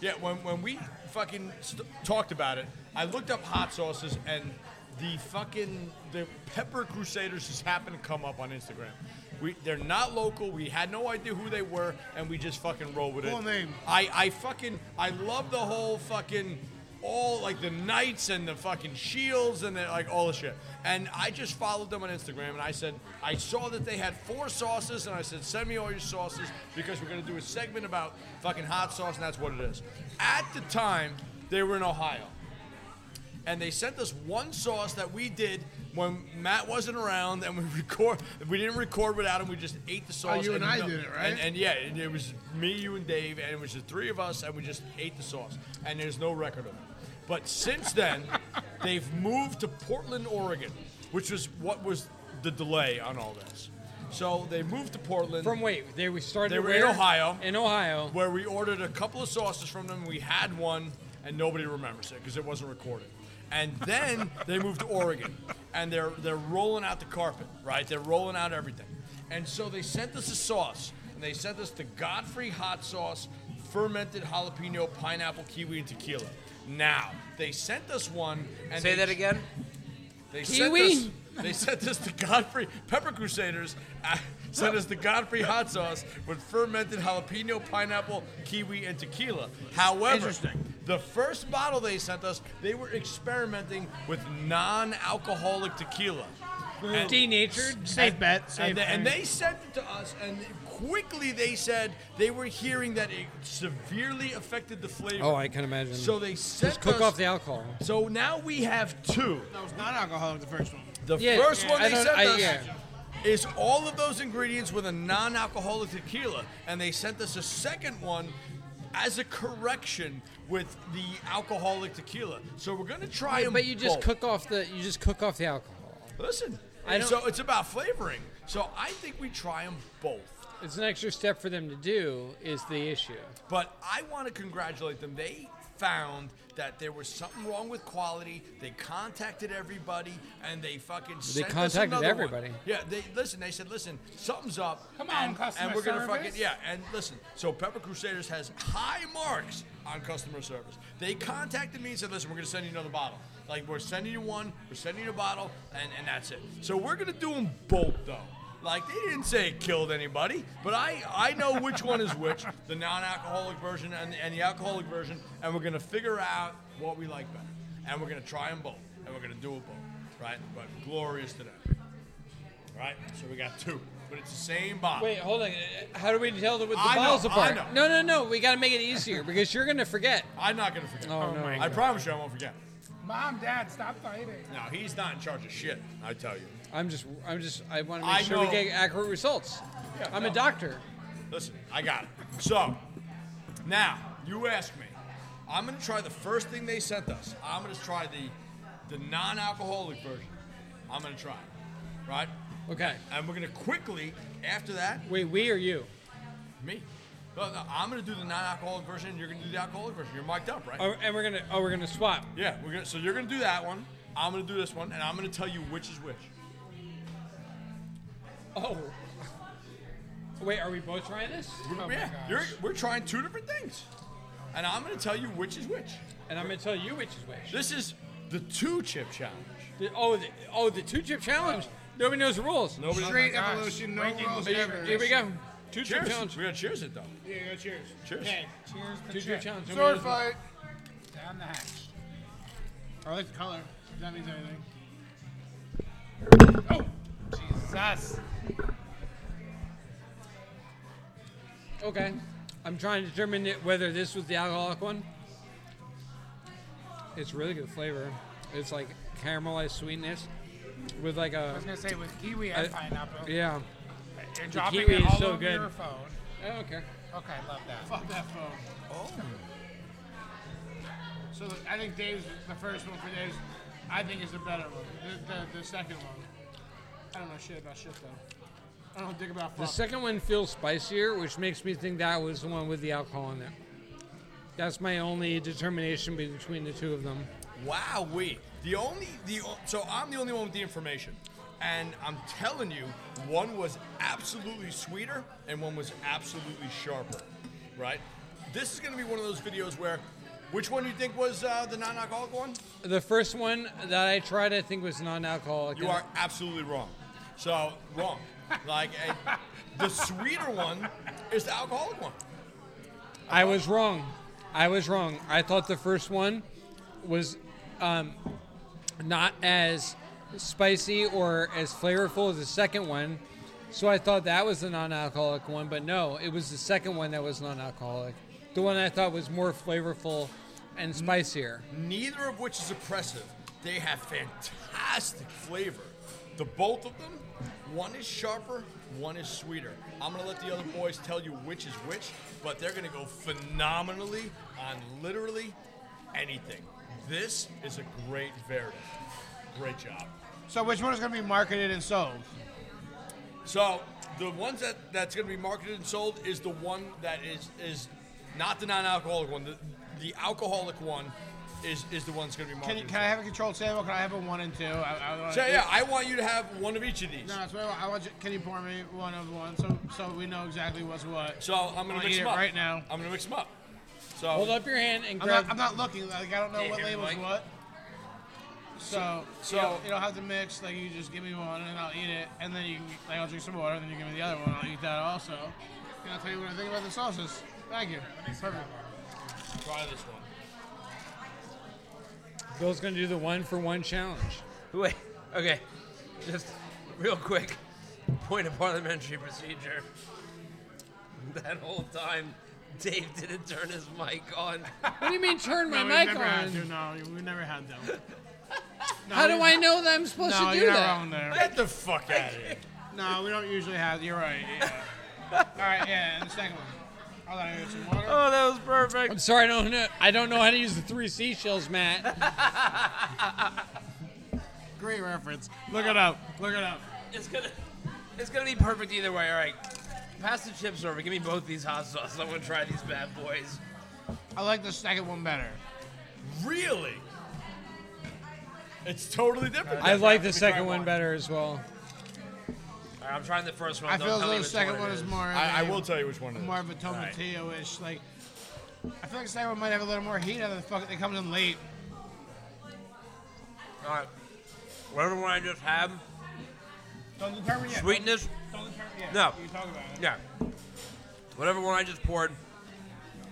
Speaker 5: Yeah, when, when we fucking st- talked about it, I looked up hot sauces and the fucking the Pepper Crusaders just happened to come up on Instagram. We they're not local. We had no idea who they were, and we just fucking rolled with
Speaker 4: Cool
Speaker 5: it.
Speaker 4: name.
Speaker 5: I I fucking I love the whole fucking all like the knights and the fucking shields and the, like all the shit. And I just followed them on Instagram and I said I saw that they had four sauces and I said send me all your sauces because we're gonna do a segment about fucking hot sauce and that's what it is. At the time, they were in Ohio and they sent us one sauce that we did when Matt wasn't around, and we record. We didn't record without him. We just ate the sauce.
Speaker 4: Oh, you and I
Speaker 5: no-
Speaker 4: did it, right?
Speaker 5: And, and yeah, and it was me, you, and Dave, and it was the three of us, and we just ate the sauce. And there's no record of it. But since then, they've moved to Portland, Oregon, which was what was the delay on all this. So they moved to Portland
Speaker 2: From wait, they we started.
Speaker 5: They were in
Speaker 2: where?
Speaker 5: Ohio.
Speaker 2: In Ohio.
Speaker 5: where we ordered a couple of sauces from them. We had one, and nobody remembers it because it wasn't recorded. And then they moved to Oregon, and they're they're rolling out the carpet, right? They're rolling out everything, and so they sent us a sauce, and they sent us the Godfrey hot sauce, fermented jalapeno, pineapple, kiwi, and tequila. Now they sent us one, and
Speaker 3: Say
Speaker 5: they-
Speaker 3: that again.
Speaker 5: They
Speaker 2: Kiwi?
Speaker 5: sent us. They sent us the Godfrey Pepper Crusaders. uh, sent us the Godfrey hot sauce with fermented jalapeno, pineapple, kiwi, and tequila. However,
Speaker 4: Interesting.
Speaker 5: the first bottle they sent us, they were experimenting with non-alcoholic tequila. And-
Speaker 2: Denatured.
Speaker 4: Safe bet. Safe
Speaker 5: and, they, and
Speaker 4: bet.
Speaker 5: they sent it to us, and quickly they said they were hearing that it severely affected the flavor.
Speaker 2: Oh, I can imagine.
Speaker 5: so they sent
Speaker 2: Just cook
Speaker 5: us-
Speaker 2: off the alcohol.
Speaker 5: So now we have two.
Speaker 4: That was not alcoholic the first one.
Speaker 5: The
Speaker 2: Yeah,
Speaker 5: first
Speaker 2: yeah,
Speaker 5: one
Speaker 2: I
Speaker 5: they
Speaker 2: don't-
Speaker 5: sent
Speaker 2: I-
Speaker 5: us
Speaker 2: yeah.
Speaker 5: is all of those ingredients with a non-alcoholic tequila, and they sent us a second one as a correction with the alcoholic tequila. So we're gonna try them.
Speaker 2: But you just
Speaker 5: both.
Speaker 2: cook off the. You just cook off the alcohol.
Speaker 5: Listen,
Speaker 2: I
Speaker 5: and
Speaker 2: don't-
Speaker 5: so it's about flavoring. So I think we try them both.
Speaker 2: It's an extra step for them to do. Is the issue?
Speaker 5: But I want to congratulate them. They found that there was something wrong with quality. They contacted everybody, and they fucking sent us
Speaker 2: contacted
Speaker 5: another one.
Speaker 2: everybody.
Speaker 5: Yeah, they listen. They said, "Listen, something's up."
Speaker 7: Come on,
Speaker 5: and,
Speaker 7: customer
Speaker 5: and we're gonna
Speaker 7: service.
Speaker 5: fucking yeah. And listen, so Pepper Crusaders has high marks on customer service. They contacted me and said, "Listen, we're gonna send you another bottle. Like we're sending you one, we're sending you a bottle, and and that's it." So we're gonna do them both though. Like they didn't say it killed anybody, but I I know which one is which, the non-alcoholic version and, and the alcoholic version, and we're gonna figure out what we like better, and we're gonna try them both, and we're gonna do it both, right? But glorious to them, right? So we got two, but it's the same bottle.
Speaker 2: Wait, hold on. How do we tell the, with the
Speaker 5: I know,
Speaker 2: balls
Speaker 5: I
Speaker 2: apart?
Speaker 5: know.
Speaker 2: No, no, no. We got to make it easier because you're gonna forget.
Speaker 5: I'm not gonna forget.
Speaker 2: Oh, no.
Speaker 7: my
Speaker 5: I promise you, I won't forget.
Speaker 7: Mom, Dad, stop fighting.
Speaker 5: No, he's not in charge of shit. I tell you.
Speaker 2: I'm just. I'm just. I want to
Speaker 5: I
Speaker 2: make sure we
Speaker 5: know.
Speaker 2: get accurate results.
Speaker 5: Yeah,
Speaker 2: I'm a
Speaker 5: no.
Speaker 2: doctor.
Speaker 5: Listen, I got it. So, now you ask me. I'm gonna try the first thing they sent us. I'm gonna try the the non-alcoholic version. I'm gonna try, it, right?
Speaker 2: Okay.
Speaker 5: And we're gonna quickly after that.
Speaker 2: Wait, we or you?
Speaker 5: Me. No, no, I'm gonna do the non-alcoholic version. and You're gonna do the alcoholic version. You're mic'd up, right?
Speaker 2: Oh, and we're gonna oh we're gonna swap.
Speaker 5: Yeah, we're gonna. So you're gonna do that one. I'm gonna do this one, and I'm gonna tell you which is which.
Speaker 2: Oh. Wait, are we both trying this?
Speaker 5: We're,
Speaker 2: Oh my
Speaker 5: yeah,
Speaker 2: gosh.
Speaker 5: you're, we're trying two different things, and I'm gonna tell you which is which.
Speaker 2: And I'm gonna tell you which is which.
Speaker 5: This is the two chip challenge.
Speaker 2: The- oh, the, oh, the two chip challenge. Nobody knows the rules.
Speaker 5: Nobody.
Speaker 4: Straight
Speaker 7: gosh.
Speaker 4: evolution, no
Speaker 7: Breaking
Speaker 4: rules
Speaker 7: the
Speaker 4: ever.
Speaker 2: Here we go. Two chip
Speaker 5: Cheers.
Speaker 2: challenge.
Speaker 5: We gotta cheers it though.
Speaker 4: Yeah, go cheers.
Speaker 5: Cheers.
Speaker 7: Cheers to
Speaker 2: Two chip
Speaker 7: chip.
Speaker 2: challenge. Nobody
Speaker 4: Sword
Speaker 2: knows-
Speaker 4: fight.
Speaker 7: Down the hatch.
Speaker 4: I like the color. If that means anything.
Speaker 7: Jesus.
Speaker 2: Okay. I'm trying to determine it- whether this was the alcoholic one. It's really good flavor. It's like caramelized sweetness with like
Speaker 7: I
Speaker 2: a
Speaker 7: was gonna say with kiwi and
Speaker 2: I-
Speaker 7: pineapple.
Speaker 2: yeah.
Speaker 7: You're dropping
Speaker 2: kiwi
Speaker 7: it
Speaker 2: is
Speaker 7: all
Speaker 2: so
Speaker 7: over
Speaker 2: good.
Speaker 7: your phone.
Speaker 2: Oh, okay.
Speaker 7: Okay, love that.
Speaker 4: Fuck that phone. Oh. So look, I think Dave's the first one for Dave's. I think is the better one. The, the, the second one. I don't know shit about shit though. I don't think about
Speaker 2: The
Speaker 4: fuck.
Speaker 2: second one feels spicier, which makes me think that was the one with the alcohol in it. That's my only determination between the two of them.
Speaker 5: Wow, we the only the o- so I'm the only one with the information, and I'm telling you, one was absolutely sweeter and one was absolutely sharper, right? This is gonna be one of those videos where, which one do you think was uh, the non-alcoholic one?
Speaker 2: The first one that I tried, I think, was non-alcoholic.
Speaker 5: You are absolutely wrong. So wrong. Like eh, the sweeter one is the alcoholic one.
Speaker 2: I was wrong. I was wrong. I thought the first one was um, not as spicy or as flavorful as the second one. So I thought that was the non-alcoholic one, but no, it was the second one that was non-alcoholic. The one I thought was more flavorful and spicier.
Speaker 5: Neither of which is oppressive. They have fantastic flavor. The both of them, one is sharper, one is sweeter. I'm gonna let the other boys tell you which is which, but they're gonna go phenomenally on literally anything. This is a great verdict. Great job.
Speaker 4: So which one is gonna be marketed and sold?
Speaker 5: So the ones that that's going to be marketed and sold is the one that is is not the non-alcoholic one. The, the alcoholic one is is the one that's going to
Speaker 4: Can,
Speaker 5: be marketed.
Speaker 4: you, can I have a controlled sample? Can I have a one and two? I, I, wanna-
Speaker 5: So yeah, I want you to have one of each of these.
Speaker 4: No, that's what I want. I want you, can you pour me one of one so so we know exactly what's what?
Speaker 5: So I'm going
Speaker 4: I'll
Speaker 5: to mix
Speaker 4: eat
Speaker 5: them
Speaker 4: it
Speaker 5: up
Speaker 4: right now.
Speaker 5: I'm going to mix them up. So
Speaker 2: Hold up your hand and
Speaker 4: I'm
Speaker 2: grab.
Speaker 4: not, I'm not looking. Like I don't know
Speaker 3: Yeah,
Speaker 4: what
Speaker 3: here,
Speaker 4: label's
Speaker 3: like-
Speaker 4: what. So,
Speaker 5: So-
Speaker 4: you, don't, you don't have to mix. Like you just give me one and I'll eat it, and then you can, like I'll drink some water, and then you give me the other one. I'll eat that also, and I'll tell you what I think about the sauces. Thank you. Perfect.
Speaker 5: try this one.
Speaker 2: Bill's gonna do the one for one challenge.
Speaker 3: Wait, okay. Just real quick, point of parliamentary procedure. That whole time, Dave didn't turn his mic on.
Speaker 2: What do you mean turn my
Speaker 4: No, we've
Speaker 2: mic
Speaker 4: never had to.
Speaker 2: on?
Speaker 4: No, we never had that. one.
Speaker 2: How do I know that I'm supposed
Speaker 4: No,
Speaker 2: to do
Speaker 4: you're not
Speaker 2: that?
Speaker 4: wrong there.
Speaker 5: Get the fuck out of here.
Speaker 4: No, we don't usually have. You're right. Yeah. All right. Yeah. And the second one. I'll let her get some water.
Speaker 3: Oh, that was perfect.
Speaker 2: I'm sorry, I don't know. I don't know how to use the three seashells, Matt.
Speaker 4: Great reference. Look it up. Look it up.
Speaker 3: It's gonna, it's gonna be perfect either way. All right, pass the chips over. Give me both these hot sauces. I'm gonna try these bad boys.
Speaker 4: I like the second one better.
Speaker 5: Really? It's totally different.
Speaker 2: I
Speaker 5: then.
Speaker 2: like the
Speaker 3: Let me try
Speaker 2: second one
Speaker 3: one.
Speaker 2: better as well.
Speaker 3: All right, I'm trying the first one.
Speaker 4: I
Speaker 3: Don't
Speaker 4: feel as
Speaker 3: tell me
Speaker 4: though the
Speaker 3: which
Speaker 4: second
Speaker 3: it
Speaker 4: one is more. of
Speaker 5: I, I
Speaker 4: a-
Speaker 5: will tell you which one it is.
Speaker 4: more of a tomatillo-ish. Like, I feel like Snyder might have a little more heat out of the fuck. They comes in late.
Speaker 3: All right, whatever one I just had,
Speaker 4: Don't determine yet.
Speaker 3: sweetness.
Speaker 4: Don't determine yet.
Speaker 3: No.
Speaker 4: You talk about it.
Speaker 3: Yeah. Whatever one I just poured,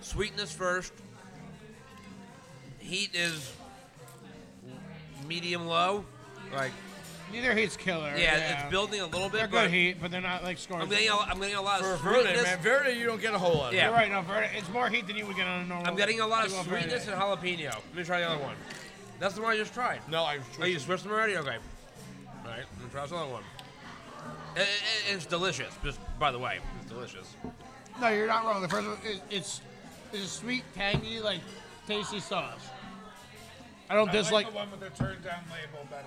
Speaker 3: sweetness first. Heat is medium low. Like
Speaker 4: Neither heat's killer.
Speaker 3: yeah, it's building a little bit.
Speaker 4: Oh, They're
Speaker 3: but
Speaker 4: good heat, but they're not like scoring.
Speaker 3: I'm getting a, I'm getting a lot
Speaker 5: For
Speaker 3: of
Speaker 5: Verde,
Speaker 3: sweetness.
Speaker 5: man, Verde, you don't get a whole lot. Of
Speaker 3: Yeah.
Speaker 4: You're right. No, Verde, it's more heat than you would get on a normal.
Speaker 3: I'm getting a lot of
Speaker 4: Well, Verde.
Speaker 3: sweetness and jalapeno. Let me try the other one. That's the one I just tried.
Speaker 5: it. No, I.
Speaker 3: Oh, you switched them already? Okay. All right, I'm gonna try this other one. I- I- it's delicious. Just by the way, it's delicious.
Speaker 4: No, you're not wrong. The first one, it, it's it's a sweet, tangy, like tasty sauce. I don't
Speaker 7: I like
Speaker 4: dislike.
Speaker 7: the one with the turned down label better.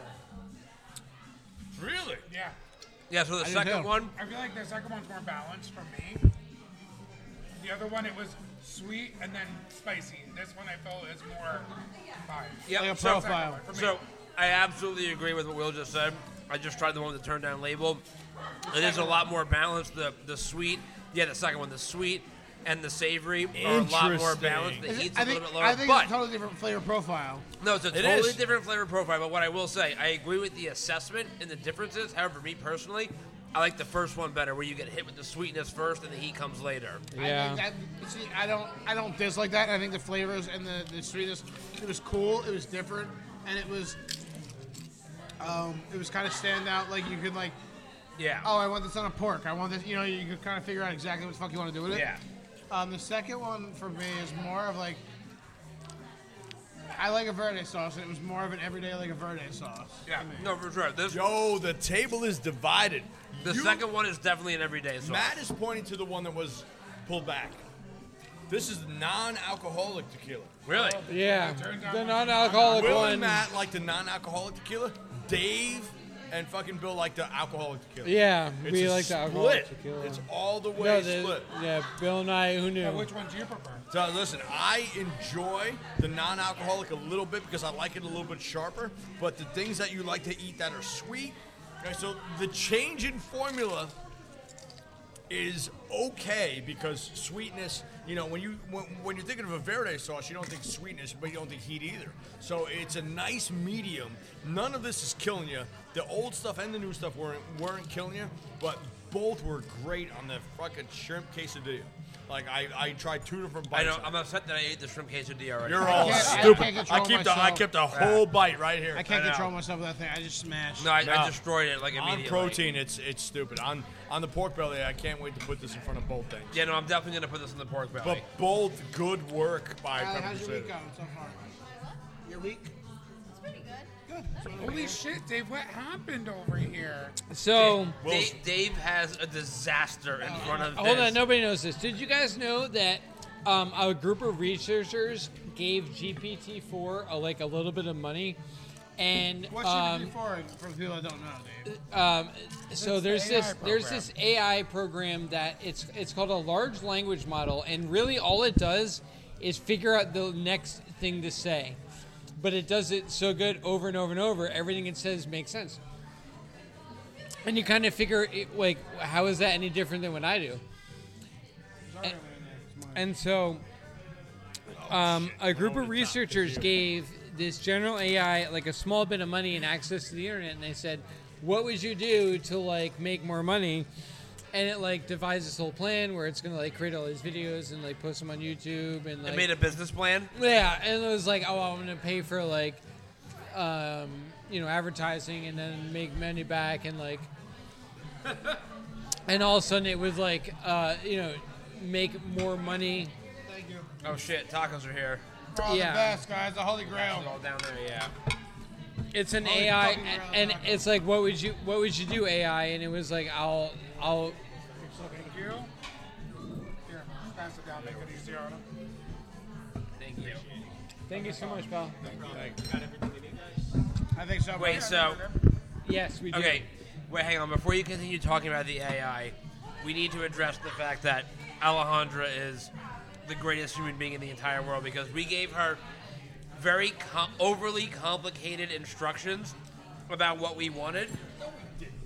Speaker 5: really?
Speaker 7: Yeah.
Speaker 3: Yeah. So the
Speaker 4: didn't
Speaker 3: second
Speaker 4: know.
Speaker 3: one,
Speaker 7: I feel like the second one's more balanced for me. The The other one, it was sweet and then spicy. This one, I felt is more fine.
Speaker 3: Yeah,
Speaker 4: Like a
Speaker 3: so-
Speaker 4: profile.
Speaker 7: For me.
Speaker 3: So I absolutely agree with what Will just said. I just tried the one with the turn down label. It is a lot more balanced. The the sweet, yeah, the second one, the sweet and the savory are a lot more
Speaker 5: Interesting.
Speaker 3: balanced. The
Speaker 4: Is it-
Speaker 3: heat's
Speaker 4: I
Speaker 3: a
Speaker 4: think,
Speaker 3: little bit lower,
Speaker 4: I think
Speaker 3: but
Speaker 4: it's a totally different flavor profile.
Speaker 3: no, it's a
Speaker 5: It
Speaker 3: totally
Speaker 5: is.
Speaker 3: different flavor profile. But what I will say, I agree with the assessment and the differences. However, me personally, I like the first one better, where you get hit with the sweetness first and the heat comes later.
Speaker 4: I,
Speaker 2: Yeah.
Speaker 4: think that, see, I don't I don't dislike that. I think the flavors and the, the sweetness it was cool, it was different, and it was um, it was kind of stand out. Like you could like,
Speaker 3: Yeah.
Speaker 4: oh, I want this on a pork. I want this. You know, you could kind of figure out exactly what the fuck you want to do with it.
Speaker 3: Yeah.
Speaker 4: Um, the second one for me is more of like. I like a verde sauce, and it was more of an everyday like a verde sauce.
Speaker 3: Yeah. No, for sure. This
Speaker 5: Yo, the table is divided.
Speaker 3: the
Speaker 5: You-
Speaker 3: second one is definitely an everyday sauce.
Speaker 5: Matt is pointing to the one that was pulled back. This is non-alcoholic tequila.
Speaker 3: really?
Speaker 2: Yeah.
Speaker 7: Turned down
Speaker 2: The
Speaker 7: on-
Speaker 2: non-alcoholic
Speaker 5: Will
Speaker 2: one.
Speaker 5: and Matt like the non-alcoholic tequila. Dave and fucking Bill like the alcoholic tequila.
Speaker 2: Yeah,
Speaker 5: It's
Speaker 2: we
Speaker 5: a
Speaker 2: like the
Speaker 5: split.
Speaker 2: alcoholic tequila.
Speaker 5: It's all the way
Speaker 2: No,
Speaker 5: split.
Speaker 2: the, yeah, Bill and I, who
Speaker 7: But
Speaker 2: knew?
Speaker 7: which one do you prefer?
Speaker 5: So listen, I enjoy the non-alcoholic a little bit because I like it a little bit sharper. But the things that you like to eat that are sweet, okay, so the change in formula is okay because sweetness. You know, when you when, when you're thinking of a verde sauce, you don't think sweetness, but you don't think heat either. So it's a nice medium. None of this is killing you. The old stuff and the new stuff weren't weren't killing you, but both were great on the fucking shrimp quesadilla. Like I, I tried two different bites.
Speaker 3: I know.
Speaker 5: of it.
Speaker 3: I'm upset that I ate the shrimp quesadilla already.
Speaker 5: You're all
Speaker 4: can't- I
Speaker 5: stupid.
Speaker 4: can't
Speaker 5: I,
Speaker 4: control
Speaker 5: keep the I
Speaker 4: myself.
Speaker 5: kept a whole bite right here.
Speaker 4: I can't
Speaker 3: know.
Speaker 4: control myself with that thing. I just smashed.
Speaker 3: No, I,
Speaker 5: No.
Speaker 3: I destroyed it like
Speaker 5: on
Speaker 3: immediately.
Speaker 5: protein, it's it's stupid. On on the pork belly, I can't wait to put this in front of both things.
Speaker 3: Yeah, no, I'm definitely gonna put this in the pork belly.
Speaker 5: But both good work by
Speaker 4: Allie,
Speaker 5: Pepper
Speaker 4: how's your
Speaker 5: Crusader.
Speaker 4: week going so far? Your week?
Speaker 6: It's pretty good.
Speaker 7: Holy shit, Dave, what happened over here?
Speaker 2: So,
Speaker 5: Will's-
Speaker 3: Dave, Dave has a disaster in front
Speaker 5: Oh,
Speaker 3: of
Speaker 2: hold
Speaker 3: this.
Speaker 2: on, nobody knows this. Did you guys know that um, a group of researchers gave GPT-4 a, uh, like a little bit of money, and
Speaker 4: What's your
Speaker 2: um,
Speaker 4: week for? For people that don't know, Dave.
Speaker 2: um, so
Speaker 7: It's
Speaker 2: there's
Speaker 7: the AI
Speaker 2: this there's
Speaker 7: program.
Speaker 2: this AI program that it's it's called a large language model, and really all it does is figure out the next thing to say, but it does it so good over and over and over. Everything it says makes sense, and you kind of figure it, like how is that any different than what I do? And, and so, um, a group of researchers gave this general AI like a small bit of money and access to the internet, and they said, "What would you do to like make more money?" And it like devised this whole plan where it's gonna like create all these videos and like post them on YouTube and like
Speaker 3: I made a business plan.
Speaker 2: yeah, and it was like, oh, I'm gonna pay for like, um, you know, advertising, and then make money back, and like, and all of a sudden it would like, uh, you know, make more money.
Speaker 4: Thank you.
Speaker 3: Oh shit, tacos are here.
Speaker 4: We're all
Speaker 2: Yeah.
Speaker 4: the best, guys. The Holy Grail.
Speaker 3: It's all down there, yeah.
Speaker 2: It's an
Speaker 4: Holy
Speaker 2: AI,
Speaker 4: fucking ground,
Speaker 2: and
Speaker 4: Rocco.
Speaker 2: it's like, what would you, what would you do, AI? And it was like, I'll, I'll,
Speaker 7: Thank you. Here, pass it down, make it easier on him.
Speaker 3: Thank you.
Speaker 2: thank you so much, pal.
Speaker 4: I think so.
Speaker 3: Wait,
Speaker 4: bro.
Speaker 3: so
Speaker 2: Yes, we do.
Speaker 3: okay, wait, hang on. Before you continue talking about the AI, we need to address the fact that Alejandra is the greatest human being in the entire world because we gave her very com- overly complicated instructions about what we wanted.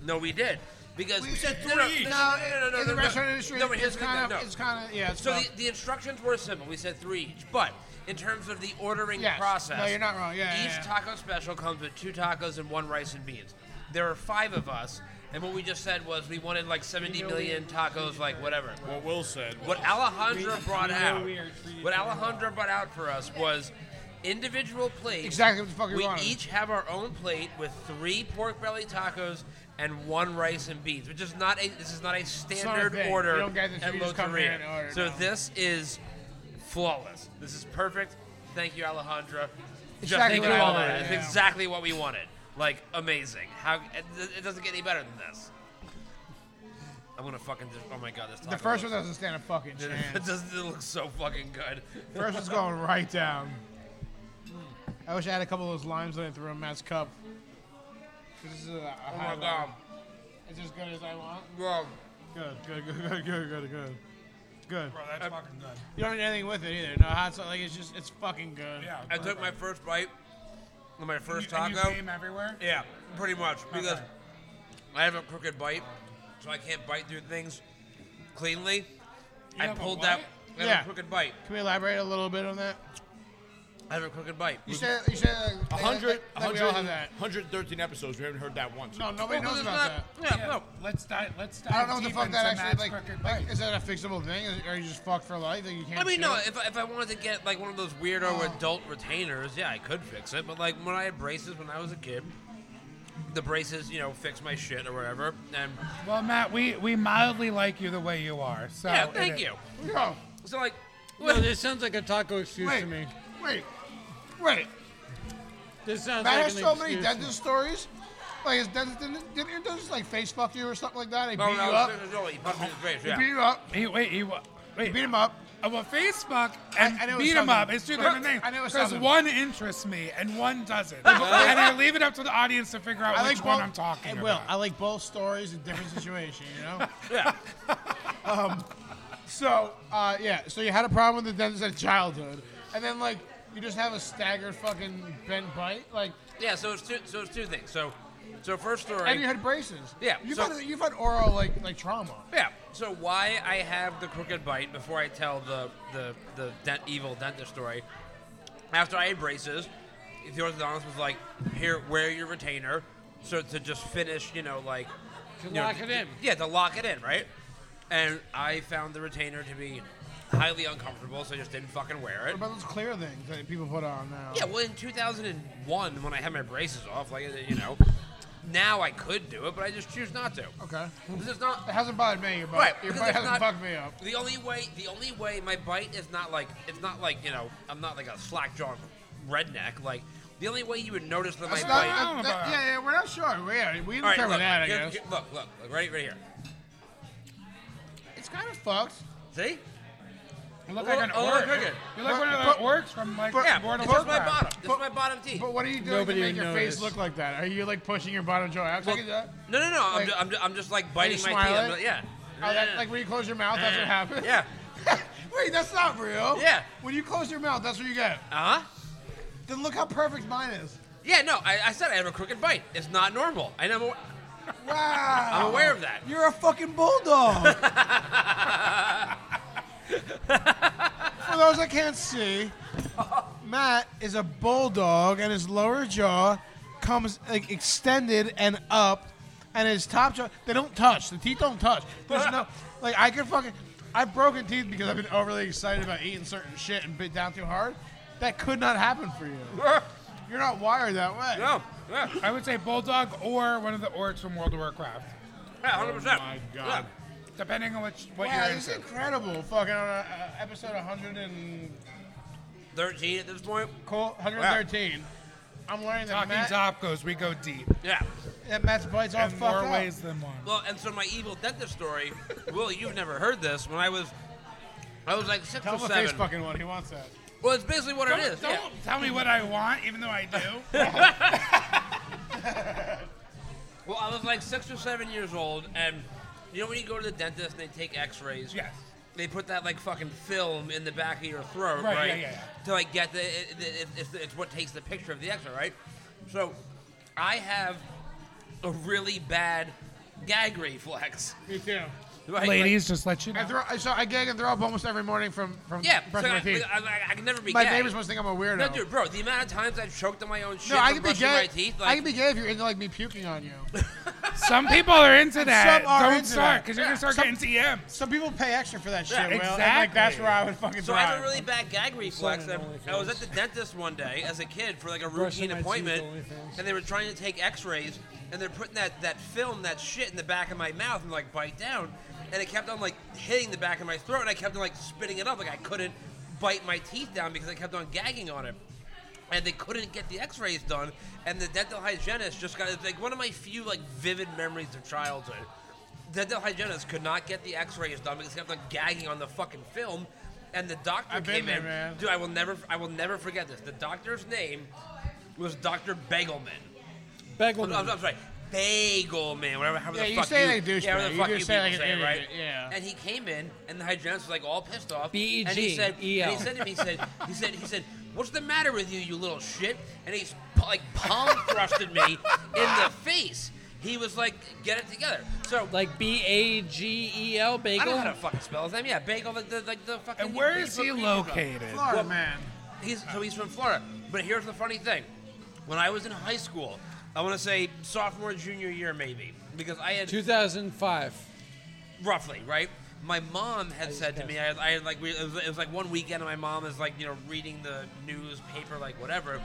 Speaker 3: No, we did. Because
Speaker 4: We said
Speaker 3: No, no,
Speaker 4: three.
Speaker 3: no, no, no, no,
Speaker 4: in the
Speaker 3: no, no.
Speaker 4: restaurant industry,
Speaker 3: No, but here's
Speaker 4: it's
Speaker 3: the thing, though,
Speaker 4: kind of,
Speaker 3: no.
Speaker 4: it's kind of, yeah. It's
Speaker 3: So
Speaker 4: about-
Speaker 3: the, the instructions were simple. We said three each, but in terms of the ordering
Speaker 4: Yes.
Speaker 3: process,
Speaker 4: No, you're not wrong. Yeah, yeah,
Speaker 3: each
Speaker 4: yeah.
Speaker 3: taco special comes with two tacos and one rice and beans. There are five of us, and what we just said was we wanted like 70 million tacos, like whatever.
Speaker 5: What Will said.
Speaker 3: What Alejandra brought out, what Alejandra brought out for us was individual plates.
Speaker 4: Exactly what the fuck you
Speaker 3: We
Speaker 4: wanted.
Speaker 3: each have our own plate with three pork belly tacos and one rice and beans, which is not a this is not a standard
Speaker 4: thing.
Speaker 3: order
Speaker 4: You don't get this,
Speaker 3: at
Speaker 4: you
Speaker 3: La
Speaker 4: just come here
Speaker 3: Trattoria.
Speaker 4: and order,
Speaker 3: So
Speaker 4: no.
Speaker 3: this is flawless. This is perfect. Thank you, Alejandra.
Speaker 4: Exactly
Speaker 3: Just
Speaker 4: what I
Speaker 3: flawless.
Speaker 4: wanted,
Speaker 3: It's
Speaker 4: yeah.
Speaker 3: exactly what we wanted. Like amazing. How it, it doesn't get any better than this. I'm gonna fucking. Just, oh my god, this.
Speaker 4: the
Speaker 3: taco
Speaker 4: first
Speaker 3: looks
Speaker 4: one doesn't stand a fucking
Speaker 3: it
Speaker 4: chance.
Speaker 3: doesn't it looks so fucking good.
Speaker 4: first one's going right down. I wish I had a couple of those limes that I threw in Matt's cup. This is a, a
Speaker 3: Oh
Speaker 4: high
Speaker 3: my
Speaker 4: level.
Speaker 3: god.
Speaker 4: It's as good as I want.
Speaker 3: Bro.
Speaker 4: Good, good, good, good, good, good, good. It's good.
Speaker 7: Bro, that's fucking good.
Speaker 4: You don't need anything with it either. No hot sauce. Like it's just it's fucking good.
Speaker 7: Yeah.
Speaker 3: I took my first bite of my first
Speaker 7: and you,
Speaker 3: taco.
Speaker 7: And you came everywhere.
Speaker 3: Yeah, pretty much. Because
Speaker 7: Okay.
Speaker 3: I have a crooked bite, so I can't bite through things cleanly. I
Speaker 7: have a
Speaker 3: pulled
Speaker 7: what?
Speaker 3: that. I have
Speaker 4: Yeah.
Speaker 3: a crooked bite.
Speaker 4: Can we elaborate a little bit on that?
Speaker 3: I have a crooked bite.
Speaker 4: You said you said like,
Speaker 5: A hundred,
Speaker 4: like,
Speaker 5: a
Speaker 4: like we
Speaker 5: hundred
Speaker 4: all
Speaker 5: and-
Speaker 4: have that.
Speaker 5: 113 episodes. We haven't heard that once.
Speaker 4: No, nobody
Speaker 3: Well,
Speaker 4: knows
Speaker 3: it's
Speaker 4: about that.
Speaker 3: not- Yeah,
Speaker 7: Yeah,
Speaker 3: no.
Speaker 7: Let's dive. Let's dive.
Speaker 4: I don't know what the
Speaker 7: deep
Speaker 4: fuck
Speaker 7: into
Speaker 4: that actually
Speaker 7: Matt's
Speaker 4: like.
Speaker 7: crooked
Speaker 4: like
Speaker 7: bite.
Speaker 4: is that a fixable thing? Is, are you just fucked for life? Like you can't.
Speaker 3: I mean,
Speaker 4: do
Speaker 3: no.
Speaker 4: it?
Speaker 3: If, if I wanted to get like one of those weirdo
Speaker 7: Oh.
Speaker 3: adult retainers, yeah, I could fix it. But like when I had braces when I was a kid, the braces, you know, fix my shit or whatever. And
Speaker 7: Well, Matt, we we mildly like you the way you are. So
Speaker 3: yeah,
Speaker 7: Oh, it
Speaker 3: thank
Speaker 7: is-
Speaker 3: you.
Speaker 4: No.
Speaker 3: So like,
Speaker 2: No, this sounds like a taco excuse
Speaker 4: Wait.
Speaker 2: to me.
Speaker 4: Wait. Wait.
Speaker 2: This sounds
Speaker 4: Matt
Speaker 2: like
Speaker 4: has
Speaker 2: an
Speaker 4: so many
Speaker 2: excuse.
Speaker 4: dentist stories. Like his dentist didn't, didn't your dentist like face fuck you or something like that? He
Speaker 3: oh
Speaker 4: beat you
Speaker 3: no,
Speaker 4: up.
Speaker 3: it's- it's all- he punched me in the face.
Speaker 4: He
Speaker 3: Yeah.
Speaker 4: beat you up.
Speaker 7: He, wait, he wa-
Speaker 4: He
Speaker 7: wait.
Speaker 4: beat him up.
Speaker 7: Uh, well, Facebook and
Speaker 4: I know
Speaker 7: beat him
Speaker 4: something.
Speaker 7: up. It's two different
Speaker 4: I
Speaker 7: things.
Speaker 4: know
Speaker 7: Because
Speaker 4: something.
Speaker 7: one interests me and one doesn't. and I leave it up to the audience to figure out
Speaker 4: I
Speaker 7: which
Speaker 4: like
Speaker 7: one
Speaker 4: both.
Speaker 7: I'm talking
Speaker 4: I will.
Speaker 7: about.
Speaker 4: I like both stories in different situations. You know.
Speaker 3: Yeah.
Speaker 4: So uh, yeah. So you had a problem with the dentist at childhood, and then like you just have a staggered fucking bent bite. Like,
Speaker 3: Yeah, so it's two, so it's two things. So, so first story.
Speaker 4: and you had braces.
Speaker 3: Yeah,
Speaker 4: You've
Speaker 3: so-
Speaker 4: had you've had oral like like trauma.
Speaker 3: yeah. So why I have the crooked bite before I tell the the the dent, evil dentist story? After I had braces, the orthodontist was like, "Here, wear your retainer," so to just finish, you know, like
Speaker 2: To
Speaker 3: you know,
Speaker 2: lock
Speaker 3: to-
Speaker 2: it in.
Speaker 3: Yeah, to lock it in, right? And I found the retainer to be highly uncomfortable, so I just didn't fucking wear it.
Speaker 4: What about those clear things that people put on now?
Speaker 3: Yeah, well, in 2001, when I had my braces off, like you know, now I could do it, but I just choose not to.
Speaker 4: Okay.
Speaker 3: This is not
Speaker 4: It hasn't bothered me. Your bite,
Speaker 3: Right,
Speaker 4: your
Speaker 3: because
Speaker 4: bite
Speaker 3: it's
Speaker 4: hasn't
Speaker 3: not-
Speaker 4: fucked me up.
Speaker 3: the only way. The only way my bite is not like it's not like you know I'm not like a slack jawed redneck. Like the only way you would notice that my
Speaker 4: That's not-
Speaker 3: bite.
Speaker 4: that- that- yeah, yeah, we're not sure. We, yeah, we
Speaker 3: All right,
Speaker 4: determine
Speaker 3: look,
Speaker 4: that, I
Speaker 3: here-
Speaker 4: guess.
Speaker 3: here- look, look, look, right, right here.
Speaker 4: It's kind of fucked.
Speaker 3: See?
Speaker 7: You look
Speaker 3: Well,
Speaker 7: like an
Speaker 3: oh,
Speaker 7: orc.
Speaker 3: look at it.
Speaker 7: You look
Speaker 4: But-
Speaker 7: one of
Speaker 4: but-
Speaker 7: the orcs from like
Speaker 4: but-
Speaker 3: Yeah,
Speaker 7: Lord of
Speaker 3: this is my
Speaker 7: Warcraft.
Speaker 3: bottom. This is my bottom teeth.
Speaker 4: But what are you doing
Speaker 2: Nobody
Speaker 4: to
Speaker 2: would
Speaker 4: make your
Speaker 2: notice.
Speaker 4: face look like that? Are you like pushing your bottom jaw out?
Speaker 3: Well,
Speaker 4: Look at that.
Speaker 3: no, no, no.
Speaker 4: Like-
Speaker 3: I'm, ju- I'm, ju- I'm just like biting my teeth.
Speaker 4: smiling?
Speaker 3: I'm like, yeah.
Speaker 4: Oh, that, like when you close your mouth, that's what happens.
Speaker 3: Yeah.
Speaker 4: Wait, that's not real.
Speaker 3: Yeah.
Speaker 4: When you close your mouth, that's what you get.
Speaker 3: Uh huh.
Speaker 4: Then look how perfect mine is.
Speaker 3: Yeah. No, I, I said I have a crooked bite. It's not normal. I know.
Speaker 4: Wow.
Speaker 3: I'm aware of that.
Speaker 4: You're a fucking bulldog. For those that can't see, Matt is a bulldog, and his lower jaw comes like extended and up, and his top jaw—they don't touch. The teeth don't touch. There's no like I could fucking. I've broken teeth because I've been overly excited about eating certain shit and bit down too hard. That could not happen for you. You're not wired that way.
Speaker 3: No. Oh, Yeah.
Speaker 7: I would say bulldog or one of the orcs from World of Warcraft,
Speaker 3: Yeah. Hundred percent.
Speaker 4: Oh my God.
Speaker 7: depending on which what
Speaker 4: Wow,
Speaker 7: you're
Speaker 4: this is
Speaker 7: into.
Speaker 4: incredible. Fucking on uh, uh, episode 100 and
Speaker 3: Thirteen at this point.
Speaker 4: Cool, 113. I'm learning that,
Speaker 7: Talking
Speaker 4: Matt,
Speaker 7: top goes, we go deep
Speaker 3: Yeah.
Speaker 4: that Matt's bites are
Speaker 7: in more
Speaker 4: fucked up.
Speaker 7: ways than one.
Speaker 3: Well, and so my evil dentist story. Will, you've never heard this. When I was, I was like six
Speaker 4: Tell
Speaker 3: or
Speaker 4: him a
Speaker 3: seven.
Speaker 4: face fucking one. He wants that.
Speaker 3: Well, it's basically what it
Speaker 7: Don't-
Speaker 3: is.
Speaker 7: Don't
Speaker 3: yeah.
Speaker 7: tell me what I want, even though I do.
Speaker 3: Well, I was like six or seven years old, and you know when you go to the dentist and they take X-rays.
Speaker 7: yes.
Speaker 3: They put that like fucking film in the back of your throat,
Speaker 7: Right,
Speaker 3: right?
Speaker 7: yeah, yeah, yeah.
Speaker 3: To like get the, it, it, it- it's, it's what takes the picture of the X-ray, right? So, I have a really bad gag reflex.
Speaker 4: Me too.
Speaker 3: Right? Like-
Speaker 7: Ladies, just let you
Speaker 4: I
Speaker 7: know.
Speaker 4: throw, I- so I gag and throw up almost every morning from from
Speaker 3: yeah. So I,
Speaker 4: brushing my teeth.
Speaker 3: I, I- I can never be.
Speaker 4: my
Speaker 3: gagged.
Speaker 4: neighbors must think I'm a weirdo.
Speaker 3: No, dude, bro, the amount of times I've choked on my own shit
Speaker 4: No, I
Speaker 3: from
Speaker 4: can be
Speaker 3: brushing
Speaker 4: gay.
Speaker 3: my teeth, like,
Speaker 4: I can be gay if you're into like me puking on you.
Speaker 7: Some people are into that.
Speaker 4: Some are
Speaker 7: Don't
Speaker 4: into
Speaker 7: start,
Speaker 4: that.
Speaker 7: because you're gonna start
Speaker 4: Some-
Speaker 7: getting TMs.
Speaker 4: Some people pay extra for that shit.
Speaker 3: Yeah,
Speaker 4: Will, and, like that's
Speaker 7: exactly.
Speaker 4: where I would fucking
Speaker 3: so I
Speaker 4: thrive.
Speaker 3: have a really bad gag reflex.
Speaker 2: Sorry,
Speaker 3: I,
Speaker 2: I'm
Speaker 3: I was at the dentist one day as a kid for like a routine
Speaker 2: Brushing my teeth,
Speaker 3: appointment,
Speaker 2: OnlyFans.
Speaker 3: and they were trying to take X-rays, and they're putting that that film, that shit, in the back of my mouth and like bite down, and it kept on like hitting the back of my throat, and I kept on like spitting it up, like I couldn't bite my teeth down because I kept on gagging on it. And they couldn't get the X-rays done, and the dental hygienist just got it's like one of my few like vivid memories of childhood. dental hygienist could not get the X-rays done because he kept on gagging on the fucking film, and the doctor
Speaker 4: I've been
Speaker 3: came
Speaker 4: there,
Speaker 3: in.
Speaker 4: man.
Speaker 3: Dude, I will never, I will never forget this. The doctor's name was Doctor Begelman. Oh,
Speaker 2: Bagel
Speaker 3: I'm, I'm- I'm sorry, bagel man, whatever. However
Speaker 4: Yeah,
Speaker 3: the
Speaker 4: you
Speaker 3: fuck
Speaker 4: say
Speaker 3: you,
Speaker 4: like douchebag.
Speaker 3: yeah, whatever the
Speaker 4: You
Speaker 3: fuck
Speaker 4: just
Speaker 3: you
Speaker 4: say
Speaker 3: people
Speaker 4: like an
Speaker 3: say,
Speaker 4: idiot,
Speaker 3: right?
Speaker 4: yeah.
Speaker 3: And he came in, and the hygienist was like all pissed off.
Speaker 2: B E
Speaker 3: And he
Speaker 2: G,
Speaker 3: said,
Speaker 2: E
Speaker 3: and
Speaker 2: L.
Speaker 3: he said to me, he said, he said, he said, what's the matter with you, you little shit? And he's p- like palm thrusted me in the face. He was like, get it together. So
Speaker 2: Like B A G E L bagel.
Speaker 3: I don't know how to fucking spell his name. Yeah, bagel, like the, like the fucking.
Speaker 7: And where is he
Speaker 3: from-
Speaker 7: located?
Speaker 4: Florida man.
Speaker 3: He's so he's from Florida. But here's the funny thing: when I was in high school, I want to say sophomore, junior year, maybe, because I had
Speaker 2: 2005.
Speaker 3: roughly right. My mom had said to me, I, I had like we, it, was, it was like one weekend, and my mom is like you know reading the newspaper, like whatever,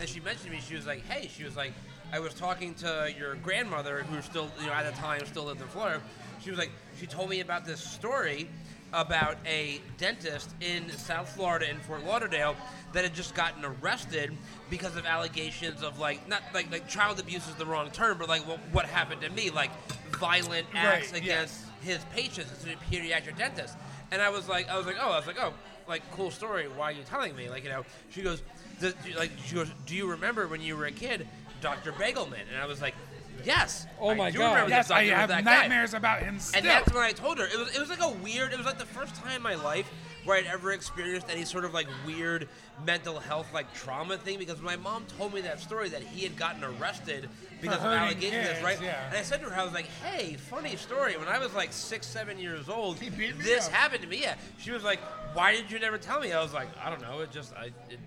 Speaker 3: and she mentioned to me, she was like, hey, she was like, I was talking to your grandmother, who still you know at the time still lived in Florida. She was like, she told me about this story about a dentist in South Florida in Fort Lauderdale that had just gotten arrested because of allegations of like not like like child abuse is the wrong term, but like what, what happened to me, like violent acts
Speaker 7: Right,
Speaker 3: against his patients as a pediatric dentist. And I was like, I was like, oh, I was like, oh, like cool story. Why are you telling me? Like, you know, she goes, "Does- do- like she goes, do you remember when you were a kid, Dr. Bagelman? And I was like, yes.
Speaker 2: Oh
Speaker 3: I
Speaker 2: my
Speaker 3: do
Speaker 2: God.
Speaker 3: Remember
Speaker 7: Yes,
Speaker 3: the
Speaker 7: I
Speaker 3: doctor was
Speaker 7: have
Speaker 3: that guy."
Speaker 7: nightmares about him still.
Speaker 3: And that's when I told her. It was, it was like a weird, it was like the first time in my life where I'd ever experienced any sort of like weird mental health, like trauma thing because my mom told me that story that he had gotten arrested because of
Speaker 7: hurting
Speaker 3: allegations,
Speaker 7: kids,
Speaker 3: right?
Speaker 7: yeah.
Speaker 3: And I said to her, I was like, hey, funny story. When I was like six, seven years old,
Speaker 4: He beat me
Speaker 3: this
Speaker 4: up.
Speaker 3: happened to me. Yeah. She was like, why did you never tell me? I was like, I don't know. It just, I, it,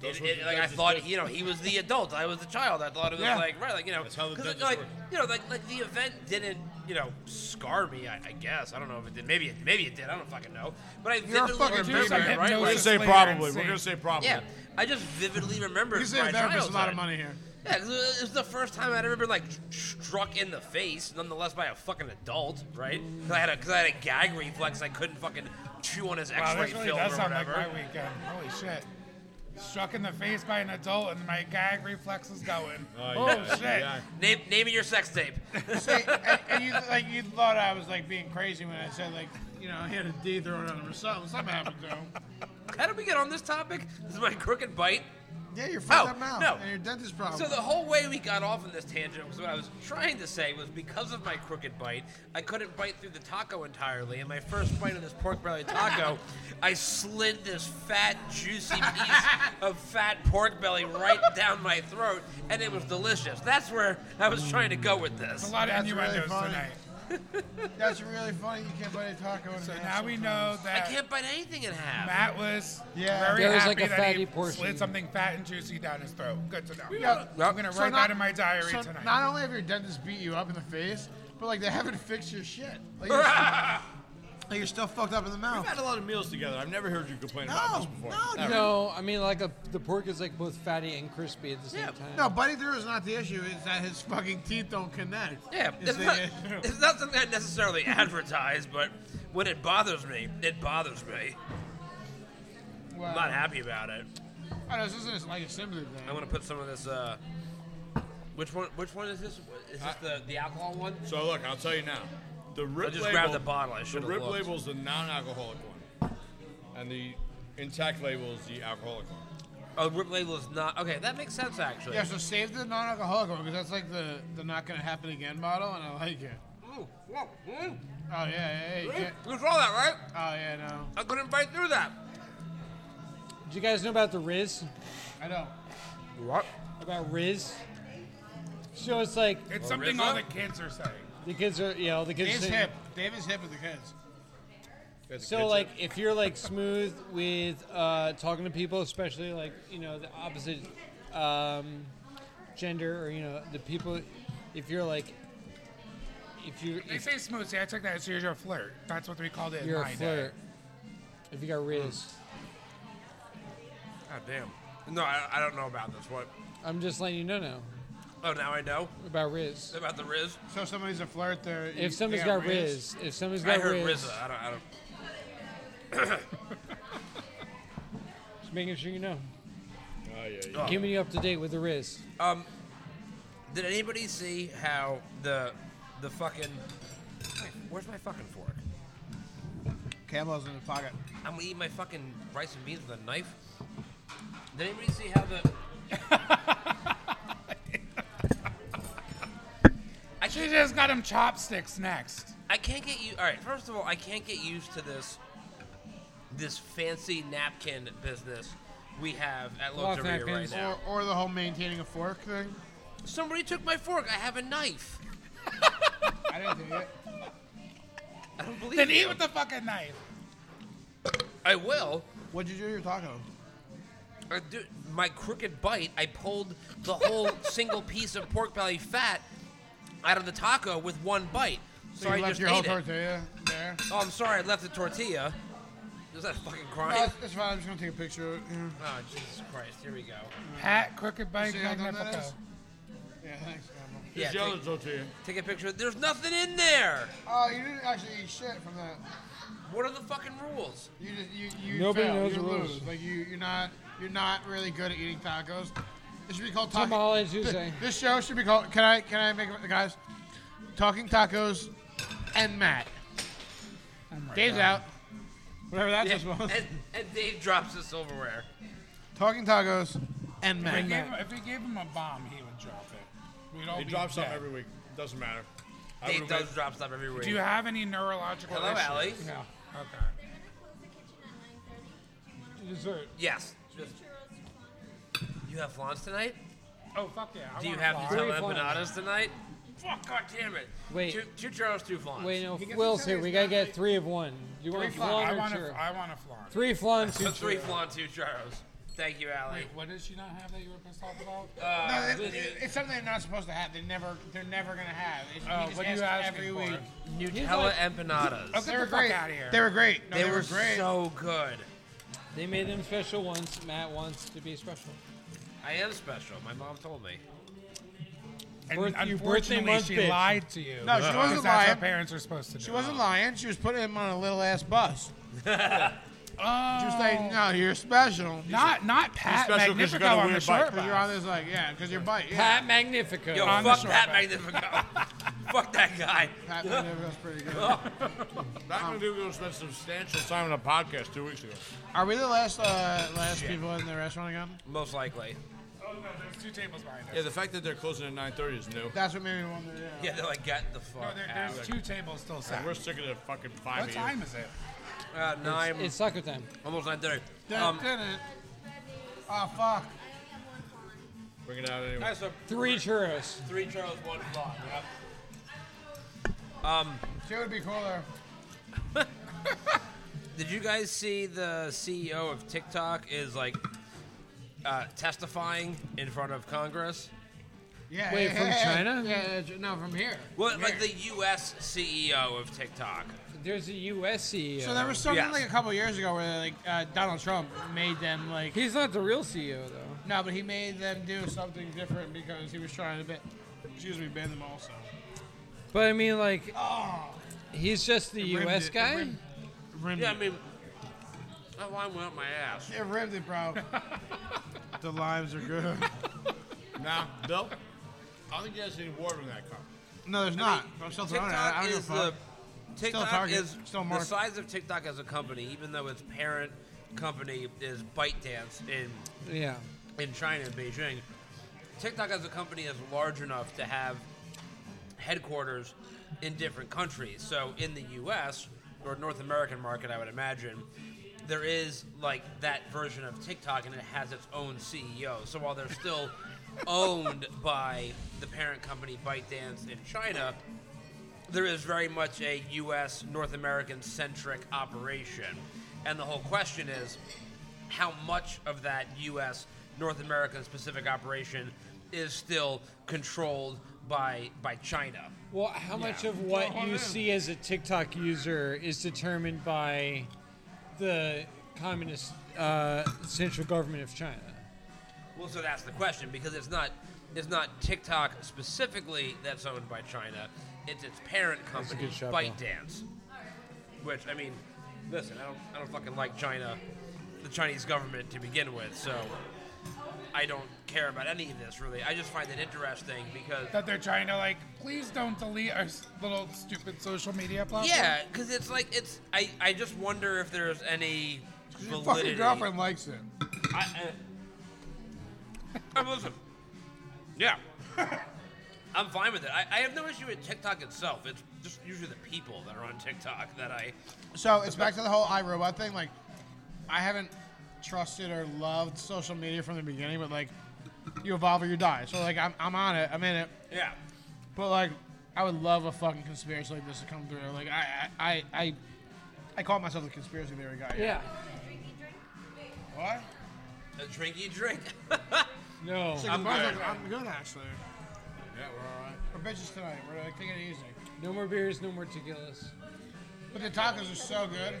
Speaker 5: That's
Speaker 3: it-
Speaker 5: what
Speaker 3: it-
Speaker 5: the
Speaker 3: like I
Speaker 5: dentist
Speaker 3: thought,
Speaker 5: does.
Speaker 3: you know, he was the adult. I was the child. I thought it was
Speaker 7: Yeah.
Speaker 3: like right, like you know,
Speaker 5: That's how the
Speaker 3: 'cause,
Speaker 5: dentist
Speaker 3: like
Speaker 5: works.
Speaker 3: you know, like like the event didn't, you know, scar me. I, I guess I don't know if it did. Maybe it, maybe it did. I don't fucking know. But I
Speaker 4: You're a
Speaker 3: vividly
Speaker 4: fucking
Speaker 3: remember,
Speaker 4: douchebag.
Speaker 3: it, right?
Speaker 5: We're gonna
Speaker 3: Like,
Speaker 7: Hypnosis.
Speaker 5: say
Speaker 7: later
Speaker 5: probably.
Speaker 7: and
Speaker 5: We're
Speaker 7: see.
Speaker 5: gonna say probably.
Speaker 3: yeah, I just vividly remember.
Speaker 4: You
Speaker 3: my
Speaker 4: save therapists a lot
Speaker 3: childhood.
Speaker 4: of money here.
Speaker 3: Yeah, 'cause it was the first time I'd ever been like tr- struck in the face, nonetheless by a fucking adult, right? 'Cause I had a, cause I had a gag reflex. I couldn't fucking chew on his
Speaker 7: Wow,
Speaker 3: X-ray
Speaker 7: this really
Speaker 3: film
Speaker 7: does
Speaker 3: or
Speaker 7: sound like
Speaker 3: whatever.
Speaker 7: my weekend. Holy shit. Struck in the face by an adult and my gag reflex is going.
Speaker 5: Oh,
Speaker 7: oh,
Speaker 5: yeah,
Speaker 7: shit.
Speaker 5: yeah.
Speaker 3: Name, name of your sex tape.
Speaker 4: Say, and, and you like you thought I was like being crazy when I said like you know I had a D thrown on him or something. Something happened to him.
Speaker 3: How did we get on this topic? This is my crooked bite.
Speaker 4: Yeah, you're fucked
Speaker 3: Oh,
Speaker 4: up now.
Speaker 3: no.
Speaker 4: And your dentist problem.
Speaker 3: So the whole way we got off on this tangent was what I was trying to say was because of my crooked bite, I couldn't bite through the taco entirely. And my first bite of this pork belly taco, I slid this fat, juicy piece of fat pork belly right down my throat, and it was delicious. That's where I was trying to go with
Speaker 7: A
Speaker 3: this.
Speaker 7: lot of
Speaker 4: That's
Speaker 7: innuendos
Speaker 4: really funny.
Speaker 7: tonight.
Speaker 4: That's really funny. You can't buy a taco in
Speaker 7: So
Speaker 4: an
Speaker 7: now we
Speaker 4: asshole.
Speaker 7: know
Speaker 3: I
Speaker 7: that
Speaker 3: can't bite anything in half.
Speaker 7: Matt was
Speaker 4: Yeah.
Speaker 7: very
Speaker 4: There
Speaker 2: was,
Speaker 7: happy
Speaker 2: like, a
Speaker 7: that
Speaker 2: fatty
Speaker 7: he
Speaker 2: portion.
Speaker 7: slid something fat and juicy down his throat. Good to know.
Speaker 4: Yeah.
Speaker 7: I'm gonna write
Speaker 4: So
Speaker 7: that
Speaker 4: not-
Speaker 7: in my diary
Speaker 4: so
Speaker 7: tonight.
Speaker 4: Not only have your dentist beat you up in the face, but like they haven't fixed your shit. Like you're, like, you're still fucked up in the
Speaker 5: We've
Speaker 4: mouth.
Speaker 5: had a lot of meals together. I've never heard you complain about this
Speaker 4: No,
Speaker 5: before.
Speaker 4: no,
Speaker 5: Never.
Speaker 2: No, I mean like a, the pork is like both fatty and crispy at the same
Speaker 3: Yeah,
Speaker 2: time.
Speaker 4: No, Buddy Drew is not the issue. It's that his fucking teeth don't connect.
Speaker 3: Yeah,
Speaker 4: It's
Speaker 3: it's
Speaker 4: the
Speaker 3: not,
Speaker 4: issue.
Speaker 3: it's not something I necessarily advertise, but when it bothers me, it bothers me.
Speaker 4: Wow.
Speaker 3: I'm not happy about it.
Speaker 4: Oh, no, this isn't like a sympathy
Speaker 3: I'm
Speaker 4: thing.
Speaker 3: gonna put some of this. Uh, which one? Which one is this? Is this the, the alcohol one?
Speaker 5: So look, I'll tell you now. The rip
Speaker 3: I just
Speaker 5: label,
Speaker 3: grabbed the bottle. I
Speaker 5: The
Speaker 3: should have
Speaker 5: rip
Speaker 3: looked.
Speaker 5: label is the non-alcoholic one, and the intact label is the alcoholic one.
Speaker 3: Oh, rip label is not. Okay, that makes sense actually.
Speaker 4: Yeah, so save the non-alcoholic one because that's like the the not gonna happen again bottle, and I like it.
Speaker 3: Mm, mm, mm,
Speaker 4: Oh yeah, yeah, yeah, you
Speaker 3: mm.
Speaker 4: can't-
Speaker 3: You saw that, right?
Speaker 4: Oh yeah, no,
Speaker 3: I couldn't bite through that.
Speaker 2: Did you guys know about the Riz?
Speaker 4: I don't.
Speaker 3: What?
Speaker 2: About Riz? So it's like
Speaker 7: it's something all the kids are saying.
Speaker 2: the kids are, you know, the kids.
Speaker 4: Dave's
Speaker 2: are-
Speaker 4: hip. Dave is hip with the kids.
Speaker 5: That's a
Speaker 2: So
Speaker 5: good
Speaker 2: like,
Speaker 5: tip.
Speaker 2: if you're like smooth with uh, talking to people, especially like you know the opposite um, gender or you know the people, if you're like, if you
Speaker 7: They
Speaker 2: if
Speaker 7: say smooth, see, I took that as you're a flirt. That's what we called it. in
Speaker 2: you're a
Speaker 7: my day.
Speaker 2: flirt, if you
Speaker 5: Hmm.
Speaker 2: got Riz,
Speaker 3: God damn. No, I, I don't know about this one.
Speaker 2: I'm just letting you know now
Speaker 3: Oh, now I know
Speaker 2: about Riz.
Speaker 3: about the Riz.
Speaker 4: So if somebody's a flirt, they're you-
Speaker 2: If somebody's
Speaker 4: they got
Speaker 2: got Riz, if somebody's
Speaker 3: I
Speaker 2: got
Speaker 3: heard
Speaker 2: Riz,
Speaker 3: RZA. I don't. I don't.
Speaker 2: just making sure you know,
Speaker 5: Oh, yeah, yeah.
Speaker 2: keeping you up to date with the Riz.
Speaker 3: Did anybody see how the the fucking? Wait, where's my fucking fork?
Speaker 4: Camel's in the pocket.
Speaker 3: I'm gonna eat my fucking rice and beans with a knife. Did anybody see how the?
Speaker 7: She just got him chopsticks next.
Speaker 3: I can't get you. All right, first of all, I can't get used to this this fancy napkin business we have at
Speaker 2: Cloth
Speaker 3: Loteria right
Speaker 2: napkins.
Speaker 3: now.
Speaker 4: Or, or the whole maintaining a fork thing.
Speaker 3: Somebody took my fork. I have a knife.
Speaker 4: I didn't do it.
Speaker 3: I don't believe
Speaker 7: Then
Speaker 3: you.
Speaker 7: eat with the fucking knife.
Speaker 3: I will.
Speaker 4: What'd you do to your taco?
Speaker 3: I do- Uh, my crooked bite, I pulled the whole single piece of pork belly fat out of the taco with one bite. So,
Speaker 4: So you
Speaker 3: I
Speaker 4: left
Speaker 3: just
Speaker 4: your
Speaker 3: ate
Speaker 4: whole
Speaker 3: it.
Speaker 4: tortilla there.
Speaker 3: Oh, I'm sorry. I left the tortilla. Is that a fucking
Speaker 4: Oh,
Speaker 3: crime?
Speaker 4: that's, that's fine. I'm just gonna take a picture. of it. Yeah.
Speaker 3: Oh, Jesus Christ. Here we go.
Speaker 7: Pat, crooked bite,
Speaker 4: See how dumb that
Speaker 7: magnifico.
Speaker 4: is? Yeah, thanks. Campbell.
Speaker 3: Yeah,
Speaker 5: Here's the other
Speaker 3: take,
Speaker 5: tortilla.
Speaker 3: take a picture. There's nothing in there.
Speaker 4: Oh, you didn't actually eat shit from that.
Speaker 3: What are the fucking rules?
Speaker 4: You just you you
Speaker 2: Nobody
Speaker 4: fail.
Speaker 2: knows
Speaker 4: you
Speaker 2: the rules.
Speaker 4: lose. Like you you're not you're not really good at eating tacos. It should be called tacos.
Speaker 2: Tamale Tuesday.
Speaker 4: This show should be called. Can I can I make it- guys? Talking tacos and Matt. Dave's out. Whatever that just was.
Speaker 3: And, and Dave drops the silverware.
Speaker 4: Talking tacos and
Speaker 7: If we,
Speaker 4: Matt.
Speaker 7: gave him, if we gave him a bomb, he would drop it. We'd all
Speaker 5: He
Speaker 7: be
Speaker 5: drops something
Speaker 7: dead.
Speaker 5: every week. Doesn't matter. I
Speaker 3: Dave
Speaker 5: would've
Speaker 3: does
Speaker 5: made-
Speaker 3: drop stuff every week.
Speaker 7: Do you have any neurological
Speaker 3: Hello,
Speaker 7: issues?
Speaker 3: Allie.
Speaker 7: Yeah. Okay. Dessert.
Speaker 3: Yes. Just- You have flans tonight?
Speaker 7: Oh fuck yeah. I
Speaker 3: Do you
Speaker 7: want a
Speaker 3: have
Speaker 7: flan.
Speaker 3: Nutella
Speaker 2: Three flans.
Speaker 3: empanadas tonight? Fuck, god damn it.
Speaker 2: Wait.
Speaker 3: Two, two churros, two flans.
Speaker 2: Wait, no,
Speaker 7: He gets
Speaker 2: Will's
Speaker 7: to
Speaker 2: here.
Speaker 7: say
Speaker 2: We
Speaker 7: he's
Speaker 2: gotta
Speaker 7: not
Speaker 2: get three of one. Do you want a
Speaker 4: Three flans.
Speaker 2: flan
Speaker 7: I
Speaker 2: or
Speaker 7: want
Speaker 2: churro?
Speaker 7: a, I want a flan.
Speaker 2: Three flan, two
Speaker 3: So three
Speaker 2: churro.
Speaker 3: flan, two churros. Thank you, Allie. Uh,
Speaker 7: Wait, what did she not have that you were pissed off about?
Speaker 4: No, it-
Speaker 3: did
Speaker 4: it- it's something they're not supposed to have. They never they're never gonna have. It-
Speaker 7: Oh,
Speaker 4: just
Speaker 7: what are you
Speaker 4: ask
Speaker 7: asking
Speaker 4: every
Speaker 7: for?
Speaker 4: week.
Speaker 3: Nutella empanadas.
Speaker 7: Okay.
Speaker 4: They
Speaker 7: the
Speaker 4: were
Speaker 7: fuck
Speaker 4: great.
Speaker 7: outta here.
Speaker 4: They were great. No,
Speaker 3: They, were,
Speaker 4: great.
Speaker 3: so good.
Speaker 2: They made them special once. Matt wants to be special.
Speaker 3: I am special. My mom told me.
Speaker 2: Birth-
Speaker 7: And
Speaker 2: your birthday
Speaker 7: unfortunately,
Speaker 2: month
Speaker 7: she
Speaker 2: bitch.
Speaker 7: lied to you.
Speaker 4: No, she
Speaker 7: because
Speaker 4: wasn't
Speaker 7: that's
Speaker 4: lying.
Speaker 7: What parents are supposed to do.
Speaker 4: She wasn't lying. She was putting him on a little ass bus. She was like, "No, you're special."
Speaker 7: Not not Pat
Speaker 5: special 'cause you
Speaker 7: Magnifico
Speaker 5: got a
Speaker 7: on the
Speaker 5: weird bite.
Speaker 7: shirt.
Speaker 4: Because you're on this like, yeah, because you're bite. Yeah.
Speaker 2: Pat Magnifico.
Speaker 3: Yo,
Speaker 7: On the
Speaker 3: fuck
Speaker 7: short
Speaker 3: that
Speaker 7: bus.
Speaker 3: Magnifico. fuck that guy.
Speaker 4: Pat Magnifico's pretty good.
Speaker 5: That McDougal spent substantial time on a podcast two weeks ago.
Speaker 4: Are we the last uh, last people in the restaurant again?
Speaker 3: Most likely.
Speaker 7: Oh no, there's two tables behind us.
Speaker 5: Yeah, the fact that they're closing at 9:30 is new.
Speaker 4: That's what made me wonder. Yeah.
Speaker 3: Yeah, they're like, get the
Speaker 7: No,
Speaker 3: fuck
Speaker 7: Oh, there-
Speaker 3: out.
Speaker 7: there's two tables still set.
Speaker 5: We're sick of the fucking five.
Speaker 7: What
Speaker 5: a.m.
Speaker 7: time is it?
Speaker 3: Uh, nine,
Speaker 2: It's sucker time.
Speaker 3: almost 9.30.
Speaker 4: Dun,
Speaker 3: Um,
Speaker 4: dun, dun. Oh fuck!
Speaker 5: Bring it out anyway.
Speaker 3: alright, so
Speaker 2: Three churros.
Speaker 3: three churros, one flan. Yep.
Speaker 4: She would be cooler.
Speaker 3: Did you guys see the CEO of TikTok is like uh, testifying in front of Congress?
Speaker 4: Yeah.
Speaker 2: Wait,
Speaker 4: yeah,
Speaker 2: from
Speaker 4: yeah,
Speaker 2: China?
Speaker 4: Yeah, yeah, no, from here.
Speaker 3: Well, like the U.S. CEO E of TikTok.
Speaker 2: There's a US CEO.
Speaker 4: So there was something
Speaker 3: Yes.
Speaker 4: like a couple years ago where like uh, Donald Trump made them like
Speaker 2: He's not the real CEO though.
Speaker 4: no, but he made them do something different because he was trying to ban, excuse me, ban them also.
Speaker 2: But I mean, like, he's just the
Speaker 4: Rimmed
Speaker 2: US
Speaker 4: it,
Speaker 2: guy.
Speaker 4: rimmed- Rimmed
Speaker 3: Yeah, I
Speaker 4: it.
Speaker 3: mean, that line went up my ass.
Speaker 4: It rimmed it, bro. the limes are good.
Speaker 5: Now, Bill, I don't think you guys need water in that cup.
Speaker 4: No, there's not. I'm still throwing it. I
Speaker 3: TikTok
Speaker 4: don't give a
Speaker 3: is the
Speaker 4: fuck.
Speaker 3: TikTok
Speaker 4: Target,
Speaker 3: is
Speaker 4: still
Speaker 3: the
Speaker 4: Mark.
Speaker 3: size of TikTok as a company, even though its parent company is ByteDance in
Speaker 2: Yeah.
Speaker 3: in China, in Beijing. TikTok as a company is large enough to have headquarters in different countries. So in the US or North American market, I would imagine, there is like that version of TikTok and it has its own CEO. So while they're still owned by the parent company ByteDance in China, there is very much a US North American centric operation. And the whole question is how much of that U.S. North American specific operation is still controlled by by China.
Speaker 2: Well, how much of what you see as a TikTok user is determined by the communist uh, central government of China?
Speaker 3: Well, so that's the question because it's not it's not TikTok specifically that's owned by China. It's its parent company,
Speaker 2: good shot,
Speaker 3: ByteDance, which I mean, listen, I don't I don't fucking like China, the Chinese government to begin with, so I don't care about any of this really. I just find it interesting because
Speaker 7: That they're trying to like, please don't delete our s- little stupid social media platform.
Speaker 3: Yeah, because it's like it's. I, I just wonder if there's any
Speaker 4: Your
Speaker 3: validity.
Speaker 4: fucking girlfriend likes it.
Speaker 3: uh, I, I, I mean, listen. Yeah. I'm fine with it. I, I have no issue with TikTok itself. It's just usually the people that are on TikTok that I.
Speaker 4: So it's back to the whole iRobot thing. Like, I haven't trusted or loved social media from the beginning, but like, you evolve or you die. So like, I'm, I'm on it. I'm in it.
Speaker 3: Yeah.
Speaker 4: But like, I would love a fucking conspiracy like this to come through. Like, I I I I, I call myself a conspiracy theory guy.
Speaker 2: Yeah.
Speaker 4: What?
Speaker 3: A drinky uh, drink.
Speaker 2: No.
Speaker 4: I'm
Speaker 7: Well,
Speaker 4: good.
Speaker 7: I'm good actually.
Speaker 5: Yeah, we're all right.
Speaker 4: We're bitches tonight. We're like taking it easy.
Speaker 2: No more beers, no more tequilas.
Speaker 4: But the tacos are so good.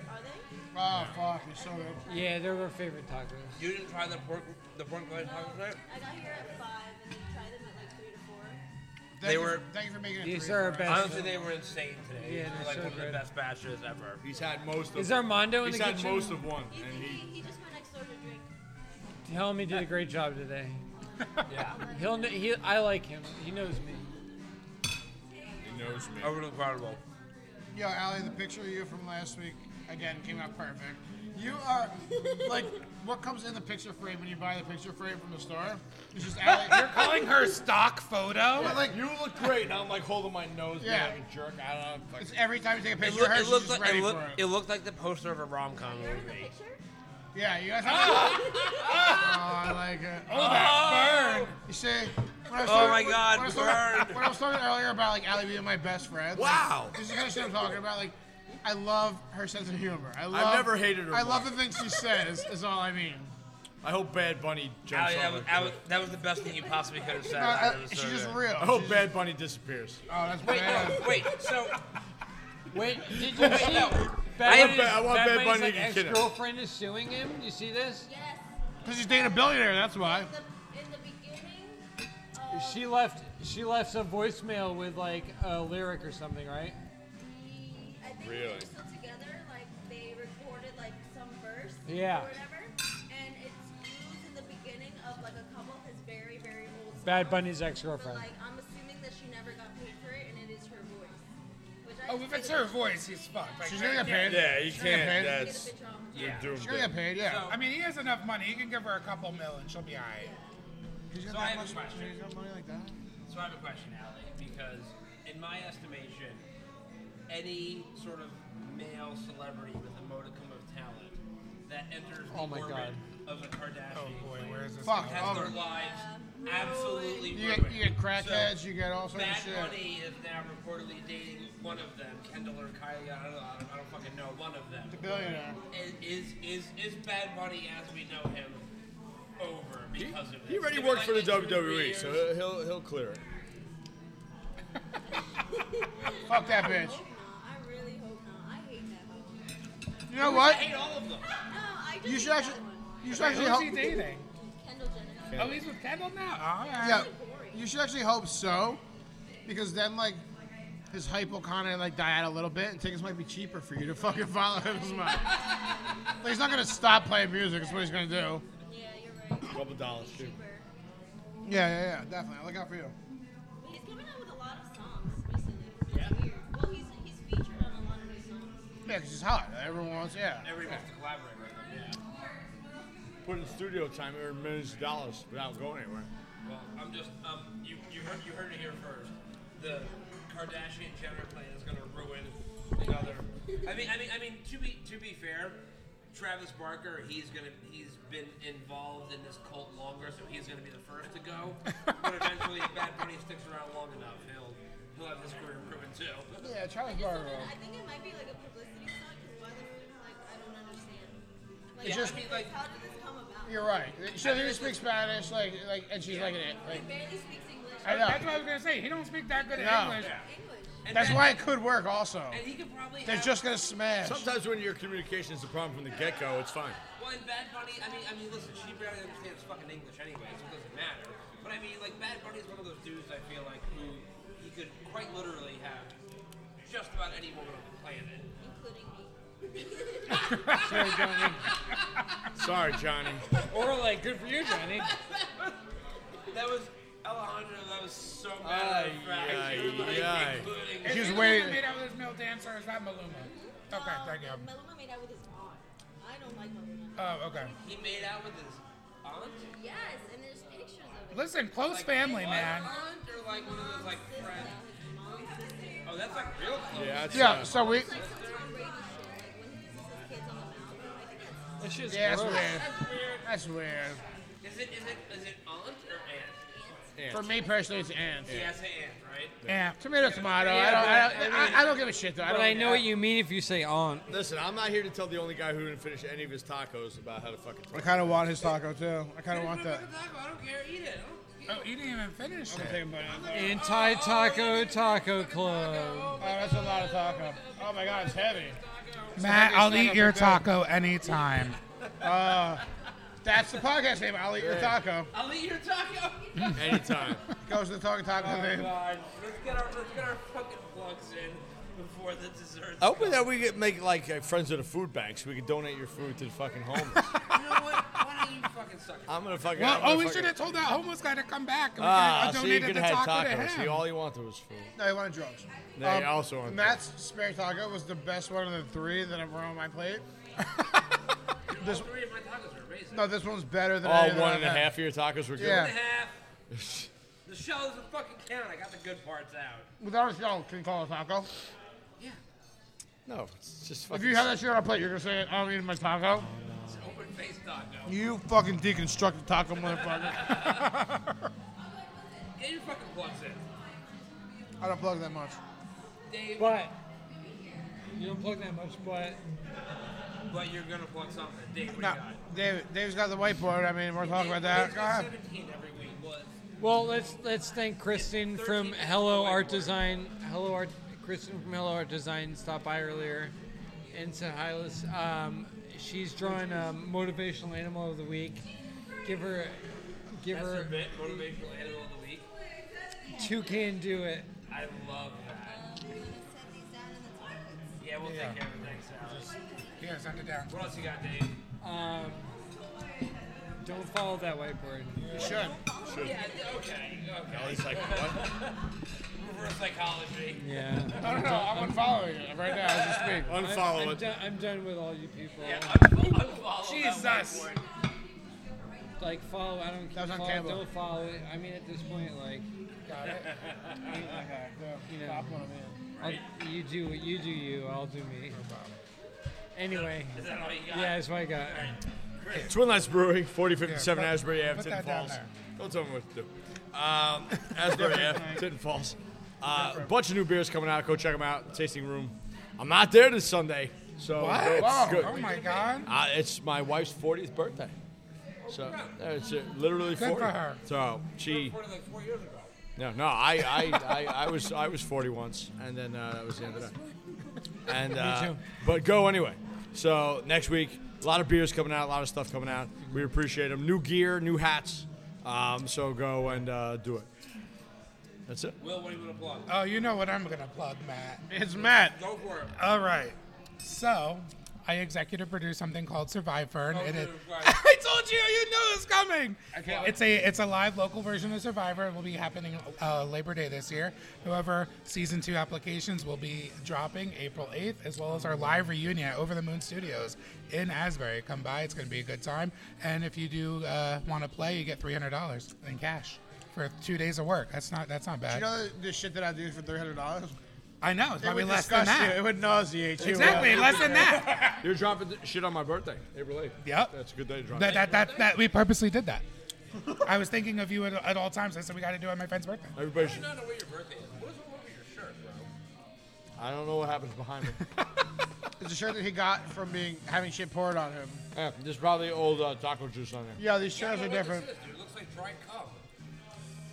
Speaker 4: Oh fuck, they're so good.
Speaker 2: Yeah, they're our favorite tacos.
Speaker 3: you didn't try the pork the pork belly tacos right?
Speaker 6: I got here at five and tried them at like three to four.
Speaker 4: Thank
Speaker 3: They
Speaker 4: you-
Speaker 3: were-
Speaker 4: Thank you for making it.
Speaker 2: These
Speaker 4: three
Speaker 2: are
Speaker 4: for
Speaker 2: our
Speaker 4: us.
Speaker 2: best.
Speaker 3: Honestly, they were insane today.
Speaker 2: Yeah,
Speaker 3: These were
Speaker 2: they're
Speaker 3: like
Speaker 2: so
Speaker 3: one of
Speaker 2: good.
Speaker 3: the best batches ever.
Speaker 5: He's had most of.
Speaker 2: Is Armando in
Speaker 5: He's
Speaker 2: the
Speaker 5: had
Speaker 2: kitchen?
Speaker 5: most of one,
Speaker 6: He,
Speaker 5: and he.
Speaker 6: he, he just went next door to drink.
Speaker 2: Oh, Tell him he did a great job today.
Speaker 3: Yeah.
Speaker 2: He'll. kn- He. I like him. He knows me.
Speaker 5: He knows me.
Speaker 3: Over incredible.
Speaker 4: Yo, Allie, the picture of you from last week again came out perfect. You are like what comes in the picture frame when you buy the picture frame from the store? It's just Allie. You're
Speaker 7: Calling her stock photo.
Speaker 4: but, like
Speaker 5: You look great. And I'm like holding my nose,
Speaker 4: Yeah.
Speaker 5: being like a jerk. I don't know. Fuck.
Speaker 4: it's every time you take a
Speaker 3: It,
Speaker 4: picture
Speaker 3: loo-
Speaker 4: of her,
Speaker 3: it
Speaker 4: she's
Speaker 3: looked
Speaker 4: just
Speaker 3: like
Speaker 4: ready
Speaker 3: it, look-
Speaker 4: for it.
Speaker 3: it looked like the poster of a rom com
Speaker 6: There was a
Speaker 3: movie.
Speaker 6: picture.
Speaker 4: Yeah, you guys. Have oh, I like it.
Speaker 3: Oh!
Speaker 4: Oh, you see. When I was
Speaker 3: Oh my God,
Speaker 4: When I was, talking,
Speaker 3: burn.
Speaker 4: when I was talking earlier about like Allie being my best friend. like,
Speaker 5: Wow.
Speaker 4: this is the kind of shit I'm talking about. Like, I love her sense of humor. I love,
Speaker 5: never hated her
Speaker 4: I love the
Speaker 5: more.
Speaker 4: things she says. Is all I mean.
Speaker 5: I hope Bad Bunny jumps
Speaker 3: Allie, that,
Speaker 5: off.
Speaker 3: was,
Speaker 5: a
Speaker 3: that, was,
Speaker 5: cliff.
Speaker 3: that was the best thing you possibly could have said.
Speaker 4: Uh, uh,
Speaker 3: It was so
Speaker 4: she's just
Speaker 3: good.
Speaker 4: real.
Speaker 5: I hope
Speaker 4: She's-
Speaker 5: Bad Bunny disappears.
Speaker 4: Oh, that's
Speaker 3: Wait,
Speaker 4: bad.
Speaker 3: no, wait. So
Speaker 2: Wait, did you see? Bad
Speaker 3: I want
Speaker 2: Bunny's-
Speaker 5: Ba- I want Bad
Speaker 2: Bunny's, like,
Speaker 5: Bunny to get kidnapped.
Speaker 2: ex-girlfriend is suing him. You see this?
Speaker 6: Yes.
Speaker 4: Because he's dating a billionaire, that's why.
Speaker 6: The, in the beginning,
Speaker 2: She left. She left some voicemail with like a lyric or something, right?
Speaker 6: he, I think
Speaker 5: Really?
Speaker 6: they were still together. Like they recorded like some verse
Speaker 2: Yeah.
Speaker 6: or whatever, and it's used in the beginning of like a couple of his very very old. Songs.
Speaker 2: Bad Bunny's
Speaker 6: But
Speaker 2: ex-girlfriend.
Speaker 6: like, I'm assuming that she never got paid for it, and it is her voice. Which I
Speaker 7: Oh,
Speaker 6: just
Speaker 7: if it's
Speaker 6: think
Speaker 7: her
Speaker 6: is-
Speaker 7: voice, he's fucked. Like,
Speaker 4: She's gonna get paid.
Speaker 5: Yeah, you
Speaker 4: She's gonna get
Speaker 5: can't.
Speaker 4: paid.
Speaker 6: Get a
Speaker 5: That's
Speaker 6: bit drunk.
Speaker 3: yeah.
Speaker 5: doomed.
Speaker 4: She's gonna get paid, yeah.
Speaker 3: So-
Speaker 7: I mean, he has enough money. He can give her a couple million. She'll be alright.
Speaker 4: He's got
Speaker 3: So I have
Speaker 4: that
Speaker 3: a
Speaker 4: much
Speaker 3: question.
Speaker 4: he's got money like that.
Speaker 3: So I have a question, Allie, because in my estimation, any sort of male celebrity with a modicum of talent that enters the
Speaker 2: Oh my
Speaker 3: orbit
Speaker 2: God.
Speaker 3: of the Kardashian
Speaker 7: Oh boy, where is this?
Speaker 4: Fuck.
Speaker 3: has
Speaker 4: Oh.
Speaker 3: their lives absolutely
Speaker 4: You get,
Speaker 3: ruined.
Speaker 4: you get crackheads,
Speaker 3: So,
Speaker 4: you get all sorts of
Speaker 3: Bad
Speaker 4: shit.
Speaker 3: Bunny is now reportedly dating one of them, Kendall or Kylie. I don't know. I don't, I don't fucking know. One of them.
Speaker 4: The billionaire.
Speaker 3: Is is is, is Bad Bunny as we know him over because of this?
Speaker 5: He already
Speaker 3: Given,
Speaker 5: worked
Speaker 3: like,
Speaker 5: for the
Speaker 3: two, three
Speaker 5: WWE,
Speaker 3: years-
Speaker 5: so he'll he'll clear it.
Speaker 4: Fuck that
Speaker 6: I
Speaker 4: bitch.
Speaker 6: hope not. I really hope not. I hate that one.
Speaker 4: You know
Speaker 3: I
Speaker 4: what?
Speaker 3: hate all of them.
Speaker 6: No, I just
Speaker 4: You
Speaker 6: hate
Speaker 4: should actually.
Speaker 6: that one.
Speaker 4: You should actually
Speaker 7: Who's
Speaker 4: hope.
Speaker 7: he dating?
Speaker 6: Kendall Jenner.
Speaker 7: Oh, he's with Kendall now. All right.
Speaker 4: Yeah. You should actually hope so, because then like. His hype will kind of like die out a little bit, and tickets might be cheaper for you to fucking follow him as much. Like, he's not gonna stop playing music. Is what he's gonna do.
Speaker 6: Yeah, you're right.
Speaker 5: Couple dollars, too.
Speaker 6: Cheaper.
Speaker 4: Yeah, yeah, yeah, definitely. I'll look out for you.
Speaker 6: He's coming out with a lot of songs recently. It's weird. Well, he's, he's featured on a lot of new songs.
Speaker 4: Yeah, 'cause he's hot. Everyone wants. Yeah.
Speaker 3: Everyone wants to collaborate with them. Yeah.
Speaker 5: Put in studio time, earn millions of dollars without going anywhere.
Speaker 3: Well, I'm just um, you you heard you heard it here first. The Kardashian Jenner plan is gonna ruin the other. I mean, I mean, I mean. To be to be fair, Travis Barker, he's gonna he's been involved in this cult longer, so he's gonna be the first to go. But eventually, if Bad Bunny sticks around long enough, he'll he'll have his career ruined too.
Speaker 4: Yeah, Charlie
Speaker 6: So
Speaker 4: Barber.
Speaker 6: then I think it might be like a publicity stunt because why the fuck? Like, I don't understand. Like,
Speaker 4: It's just-
Speaker 6: I mean, like, how did this come about?
Speaker 4: You're right. She doesn't even speak Spanish, like, like, and she's like an it.
Speaker 6: He
Speaker 4: Like,
Speaker 6: barely speaks English.
Speaker 4: I know.
Speaker 7: That's what I was gonna say. He don't speak that good
Speaker 4: No.
Speaker 7: English.
Speaker 6: English.
Speaker 3: And
Speaker 4: That's
Speaker 3: that-
Speaker 4: why it could work. Also,
Speaker 3: And he could probably.
Speaker 4: they're
Speaker 3: have-
Speaker 4: just gonna smash.
Speaker 5: Sometimes when your communication is a problem from the get go, it's fine.
Speaker 3: Well, and Bad Bunny, I mean, I mean, listen, she barely understands fucking English anyway, so it doesn't matter. But I mean, like, Bad Bunny is one of those dudes I feel like who he could quite literally have just about any woman on the planet.
Speaker 6: Including me.
Speaker 5: Sorry, Johnny.
Speaker 2: Or like, good for you, Johnny.
Speaker 3: That was Alejandro. That was so bad.
Speaker 5: Ay, ay, ay.
Speaker 3: including.
Speaker 7: If
Speaker 4: She's
Speaker 7: he's
Speaker 4: waiting.
Speaker 7: made out with his male dancer. Is that Maluma? Okay,
Speaker 6: No,
Speaker 7: thank you.
Speaker 6: Maluma made out with his aunt. I don't like Maluma.
Speaker 7: Oh, okay.
Speaker 3: He made out with his aunt.
Speaker 6: Yes, and there's pictures of
Speaker 7: Listen, close family, man.
Speaker 3: Or like one of those like friends. Oh, that's like real close.
Speaker 5: Yeah, it's,
Speaker 4: Yeah,
Speaker 5: uh,
Speaker 4: so we.
Speaker 7: That shit's
Speaker 4: Yeah, that's
Speaker 7: gross.
Speaker 4: weird.
Speaker 3: That's weird.
Speaker 4: That's weird.
Speaker 3: Is it is it is it aunt or aunt?
Speaker 4: For me personally, it's ants.
Speaker 3: Yeah, it's aunt, right?
Speaker 7: Yeah.
Speaker 4: Tomato, tomato. I don't, I don't, I, I don't give a shit though. I
Speaker 2: But
Speaker 4: don't.
Speaker 2: I know what you mean if you say on.
Speaker 5: listen, I'm not here to tell the only guy who didn't finish any of his tacos about how to fucking.
Speaker 4: I kind of want his taco too. I kind of want that.
Speaker 3: I don't care. Eat it.
Speaker 7: Oh, you didn't even finish it.
Speaker 4: uh,
Speaker 2: Anti Taco Taco Club.
Speaker 4: Oh, that's a lot of taco. Oh my god, it's heavy.
Speaker 7: Matt, I'll eat your
Speaker 4: It's not Uh,
Speaker 7: taco anytime.
Speaker 4: That's the podcast name. I'll eat your taco.
Speaker 3: I'll eat your taco.
Speaker 5: Anytime.
Speaker 4: Goes to the taco
Speaker 5: Uh,
Speaker 4: taco name.
Speaker 7: Oh,
Speaker 3: God, let's get our let's get our fucking plugs in before the dessert.
Speaker 5: I hope that we get make like uh, friends of the food bank so we can donate your food to the fucking homeless.
Speaker 3: You know what? Why don't you fucking suck? it?
Speaker 5: I'm gonna fucking.
Speaker 7: Well,
Speaker 5: I'm gonna
Speaker 7: oh, we
Speaker 5: fucking-
Speaker 7: should have told that homeless guy to come back. And we
Speaker 5: Ah,
Speaker 7: could have
Speaker 5: so you
Speaker 7: donated
Speaker 5: could
Speaker 7: the
Speaker 5: have
Speaker 7: taco
Speaker 5: tacos.
Speaker 7: to
Speaker 5: See,
Speaker 7: him.
Speaker 5: all you wanted was food.
Speaker 4: No, he wanted drugs.
Speaker 5: They also wanted
Speaker 4: Matt's spare taco was the best one of the three that ever on my plate.
Speaker 3: All three of my tacos are amazing.
Speaker 4: No, this one's better than
Speaker 5: All
Speaker 4: any that
Speaker 5: one
Speaker 4: I've
Speaker 5: and a
Speaker 4: had.
Speaker 5: half of your tacos were good.
Speaker 3: And a
Speaker 4: Yeah,
Speaker 3: half. The show doesn't fucking count. I got the good parts out.
Speaker 4: without a shell, can you call it a taco?
Speaker 5: No, it's just
Speaker 4: If
Speaker 5: fucking.
Speaker 4: you have that shit on a plate, you're gonna say, "I don't eat my taco."
Speaker 3: It's an open face taco.
Speaker 4: You fucking deconstructed taco, motherfucker.
Speaker 3: Get your fucking plugs in.
Speaker 4: I don't plug that much.
Speaker 3: Dave,
Speaker 2: But. You don't plug that much, but.
Speaker 3: but you're gonna plug something. Dave, what
Speaker 4: No,
Speaker 3: do you
Speaker 4: David, Dave's got the whiteboard. I mean, we're talking
Speaker 3: got?
Speaker 4: about that.
Speaker 3: Dave,
Speaker 4: Go ahead.
Speaker 3: 17 every week was.
Speaker 2: Well, let's let's thank Kristen
Speaker 3: It's
Speaker 2: from
Speaker 3: 13 minutes
Speaker 2: Hello
Speaker 3: away
Speaker 2: Art
Speaker 3: from it.
Speaker 2: Design. Hello Art. Kristen from Hello Art Design stopped by earlier and said hi. Liz. Um, she's drawing a motivational animal of the week. Give her, give
Speaker 3: That's a
Speaker 2: her
Speaker 3: bit motivational animal of the week.
Speaker 2: two can do it.
Speaker 3: I love that. Yeah, we'll take care of it. Thanks, Alex.
Speaker 7: Yeah, send it down.
Speaker 3: What else you got, Dave?
Speaker 2: Um, don't follow that whiteboard.
Speaker 4: You should.
Speaker 3: Yeah, okay, okay.
Speaker 5: It's like what?
Speaker 3: Reverse psychology.
Speaker 2: Yeah.
Speaker 4: I don't know. I'm unfollowing it right now as you speak.
Speaker 2: I'm,
Speaker 5: Unfollow
Speaker 2: I'm
Speaker 5: it.
Speaker 2: done- I'm done with all you people.
Speaker 3: Yeah, unfollow, unfollow that
Speaker 7: Jesus.
Speaker 3: whiteboard.
Speaker 2: Like follow. I don't.
Speaker 4: That was on
Speaker 2: follow,
Speaker 4: Canva.
Speaker 2: Don't follow it. I mean, at this point, like.
Speaker 4: Got it. Okay,
Speaker 2: You know.
Speaker 4: Pop one of them.
Speaker 2: I'll, you do what you do you, I'll do me. Anyway,
Speaker 3: Is that all you got?
Speaker 2: yeah, that's what I got.
Speaker 5: Twin Lights Brewery, 4057
Speaker 7: Yeah, put-
Speaker 5: Asbury Ave,
Speaker 7: put
Speaker 5: Tinton
Speaker 7: that down
Speaker 5: Falls.
Speaker 7: there.
Speaker 5: Don't tell me what to do. Um, Asbury Ave, Tinton Falls. Uh, a bunch of new beers coming out. Go check them out. Tasting room. I'm not there this Sunday, so
Speaker 7: What?
Speaker 5: it's
Speaker 7: Wow.
Speaker 5: good.
Speaker 7: Oh my god.
Speaker 5: Uh, it's my wife's 40th birthday. So yeah, it's uh, literally
Speaker 7: Good
Speaker 5: 40.
Speaker 7: for her.
Speaker 5: So she,
Speaker 3: Reported like four years ago.
Speaker 5: no, no, I, I, I, I was, I was 40 once, and then uh, that was the end of that. And uh,
Speaker 2: too.
Speaker 5: but go anyway. So next week, a lot of beers coming out, a lot of stuff coming out. We appreciate them. New gear, new hats. Um, so go and uh, do it. That's it.
Speaker 3: Will, what do you want to plug?
Speaker 7: Oh, you know what I'm gonna plug, Matt.
Speaker 4: It's Matt.
Speaker 3: Go for it.
Speaker 7: All right. So, I executive produced something called Survivor. And
Speaker 3: Oh,
Speaker 7: it is,
Speaker 3: dude, right.
Speaker 7: I told you, you knew it was coming.
Speaker 4: can't-
Speaker 7: It's a it's a live local version of Survivor. It will be happening uh, Labor Day this year. However, season two applications will be dropping April 8th, as well as our live reunion at Over the Moon Studios in Asbury. Come by; it's going to be a good time. And if you do uh, want to play, you get three hundred dollars in cash for two days of work. That's not that's not bad.
Speaker 4: You know the, the shit that I do for three hundred dollars?
Speaker 7: I know it's
Speaker 4: It
Speaker 7: probably
Speaker 4: would
Speaker 7: less than
Speaker 4: disgust you.
Speaker 7: that.
Speaker 4: It would nauseate you.
Speaker 7: Exactly, less than that.
Speaker 5: You're dropping th- shit on my birthday, April 8th.
Speaker 7: Yep.
Speaker 5: That's a good day to drop.
Speaker 7: That, that, that, that we purposely did that. I was thinking of you at, at all times. I said we got to do it on my friend's birthday.
Speaker 5: Everybody
Speaker 3: I
Speaker 5: should,
Speaker 3: don't know where your birthday is. What is wrong with your shirt, bro?
Speaker 5: I don't know what happens behind me.
Speaker 4: It's a shirt that he got from being having shit poured on him.
Speaker 5: yeah, there's probably old uh, taco juice on there.
Speaker 4: Yeah, these
Speaker 3: I
Speaker 4: shirts
Speaker 3: don't
Speaker 4: are
Speaker 3: know what this
Speaker 4: different.
Speaker 3: is, dude. It looks like dried cum.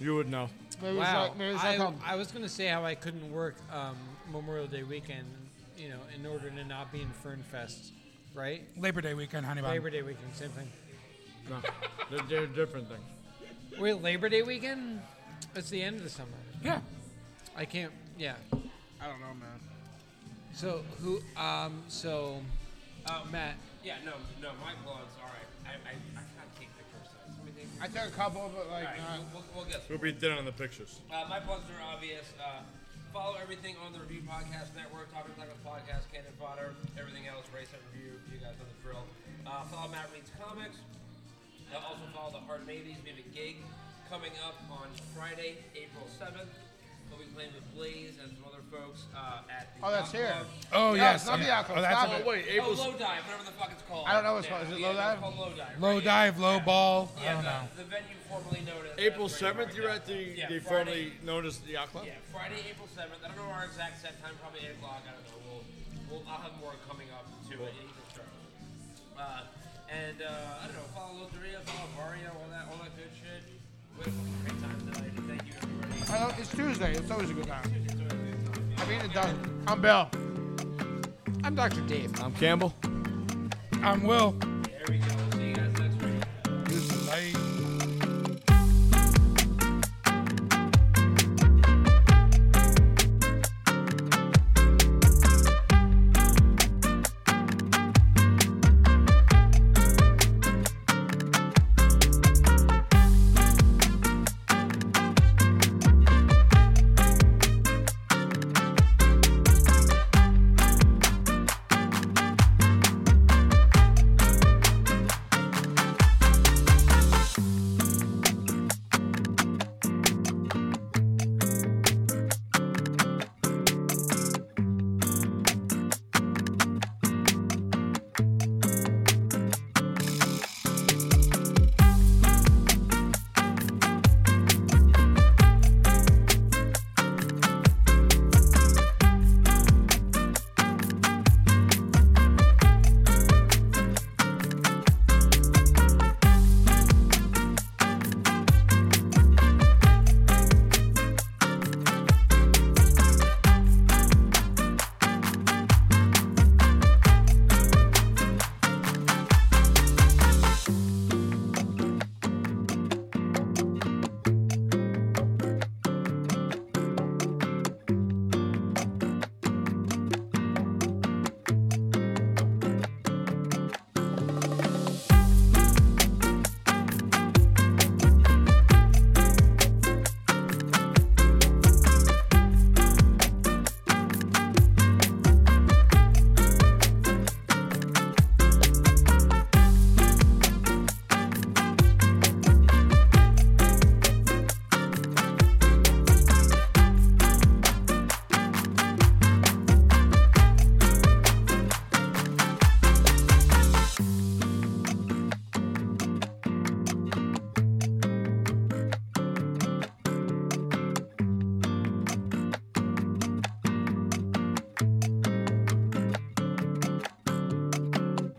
Speaker 5: You would know.
Speaker 4: Maybe it's
Speaker 2: Wow,
Speaker 4: not, maybe it's not
Speaker 2: I,
Speaker 4: called-
Speaker 2: I was gonna say how I couldn't work um, Memorial Day weekend, you know, in order to not be in Fern Fest, right?
Speaker 7: Labor Day weekend, honey bun.
Speaker 2: Labor Day weekend, same thing.
Speaker 5: No, they're, they're different things.
Speaker 2: Wait, Labor Day weekend? It's the end of the summer.
Speaker 7: Yeah.
Speaker 2: I can't. Yeah.
Speaker 4: I don't know, man.
Speaker 2: So who? Um. So, uh, Matt.
Speaker 3: Yeah, no, no, my plugs. All right. I, I, I can't keep the curse out. Somebody take
Speaker 4: I took a couple, but like,
Speaker 3: All right,
Speaker 4: uh,
Speaker 3: we'll, we'll, we'll get
Speaker 5: We'll be thin on the pictures.
Speaker 3: Uh, my plugs are obvious. Uh, follow everything on the Review Podcast Network, Talking Tacos Podcast, Cannon Fodder, everything else, Race and Review, you guys know the drill. Uh, follow Matt Reed's Comics. Uh, also follow the Hard Maybes. We have a gig coming up on Friday, April 7th. We'll be playing with Blaze and some other folks uh, at. the
Speaker 4: Oh, that's
Speaker 3: Yacht
Speaker 4: here.
Speaker 3: Club.
Speaker 4: No,
Speaker 7: Oh,
Speaker 4: it's
Speaker 7: yes.
Speaker 4: not the
Speaker 7: yeah.
Speaker 4: alcohol.
Speaker 7: Oh, that's
Speaker 4: Stop
Speaker 7: it.
Speaker 4: it.
Speaker 5: Wait,
Speaker 3: Oh,
Speaker 5: April's
Speaker 3: Low Dive, whatever the fuck it's called.
Speaker 4: I don't know what it's called. Is it
Speaker 3: Yeah,
Speaker 4: Low
Speaker 3: it's
Speaker 4: Dive?
Speaker 3: called Low Dive.
Speaker 7: Low
Speaker 3: right?
Speaker 7: dive, low ball. I
Speaker 3: Yeah,
Speaker 7: don't
Speaker 3: the-
Speaker 7: know.
Speaker 3: The venue formerly known as.
Speaker 5: April
Speaker 3: that's where
Speaker 5: seventh.
Speaker 3: you
Speaker 5: You're
Speaker 3: are
Speaker 5: at the,
Speaker 3: Yeah,
Speaker 5: the
Speaker 3: Friday.
Speaker 5: formerly known as the yacht club.
Speaker 3: Yeah, Friday, April seventh. I don't know our exact set time. Probably eight o'clock. I don't know. We'll, we'll I'll have more coming up to it. April seventh. Uh, and uh, I don't know. Follow Loteria, follow Vario, all that, all that good shit. We had a great time tonight. and Thank you everybody.
Speaker 4: I don't- It's Tuesday. It's always a good time. I mean, it does. I'm Bill.
Speaker 2: I'm Dr. Dave.
Speaker 5: I'm Campbell.
Speaker 7: I'm Will.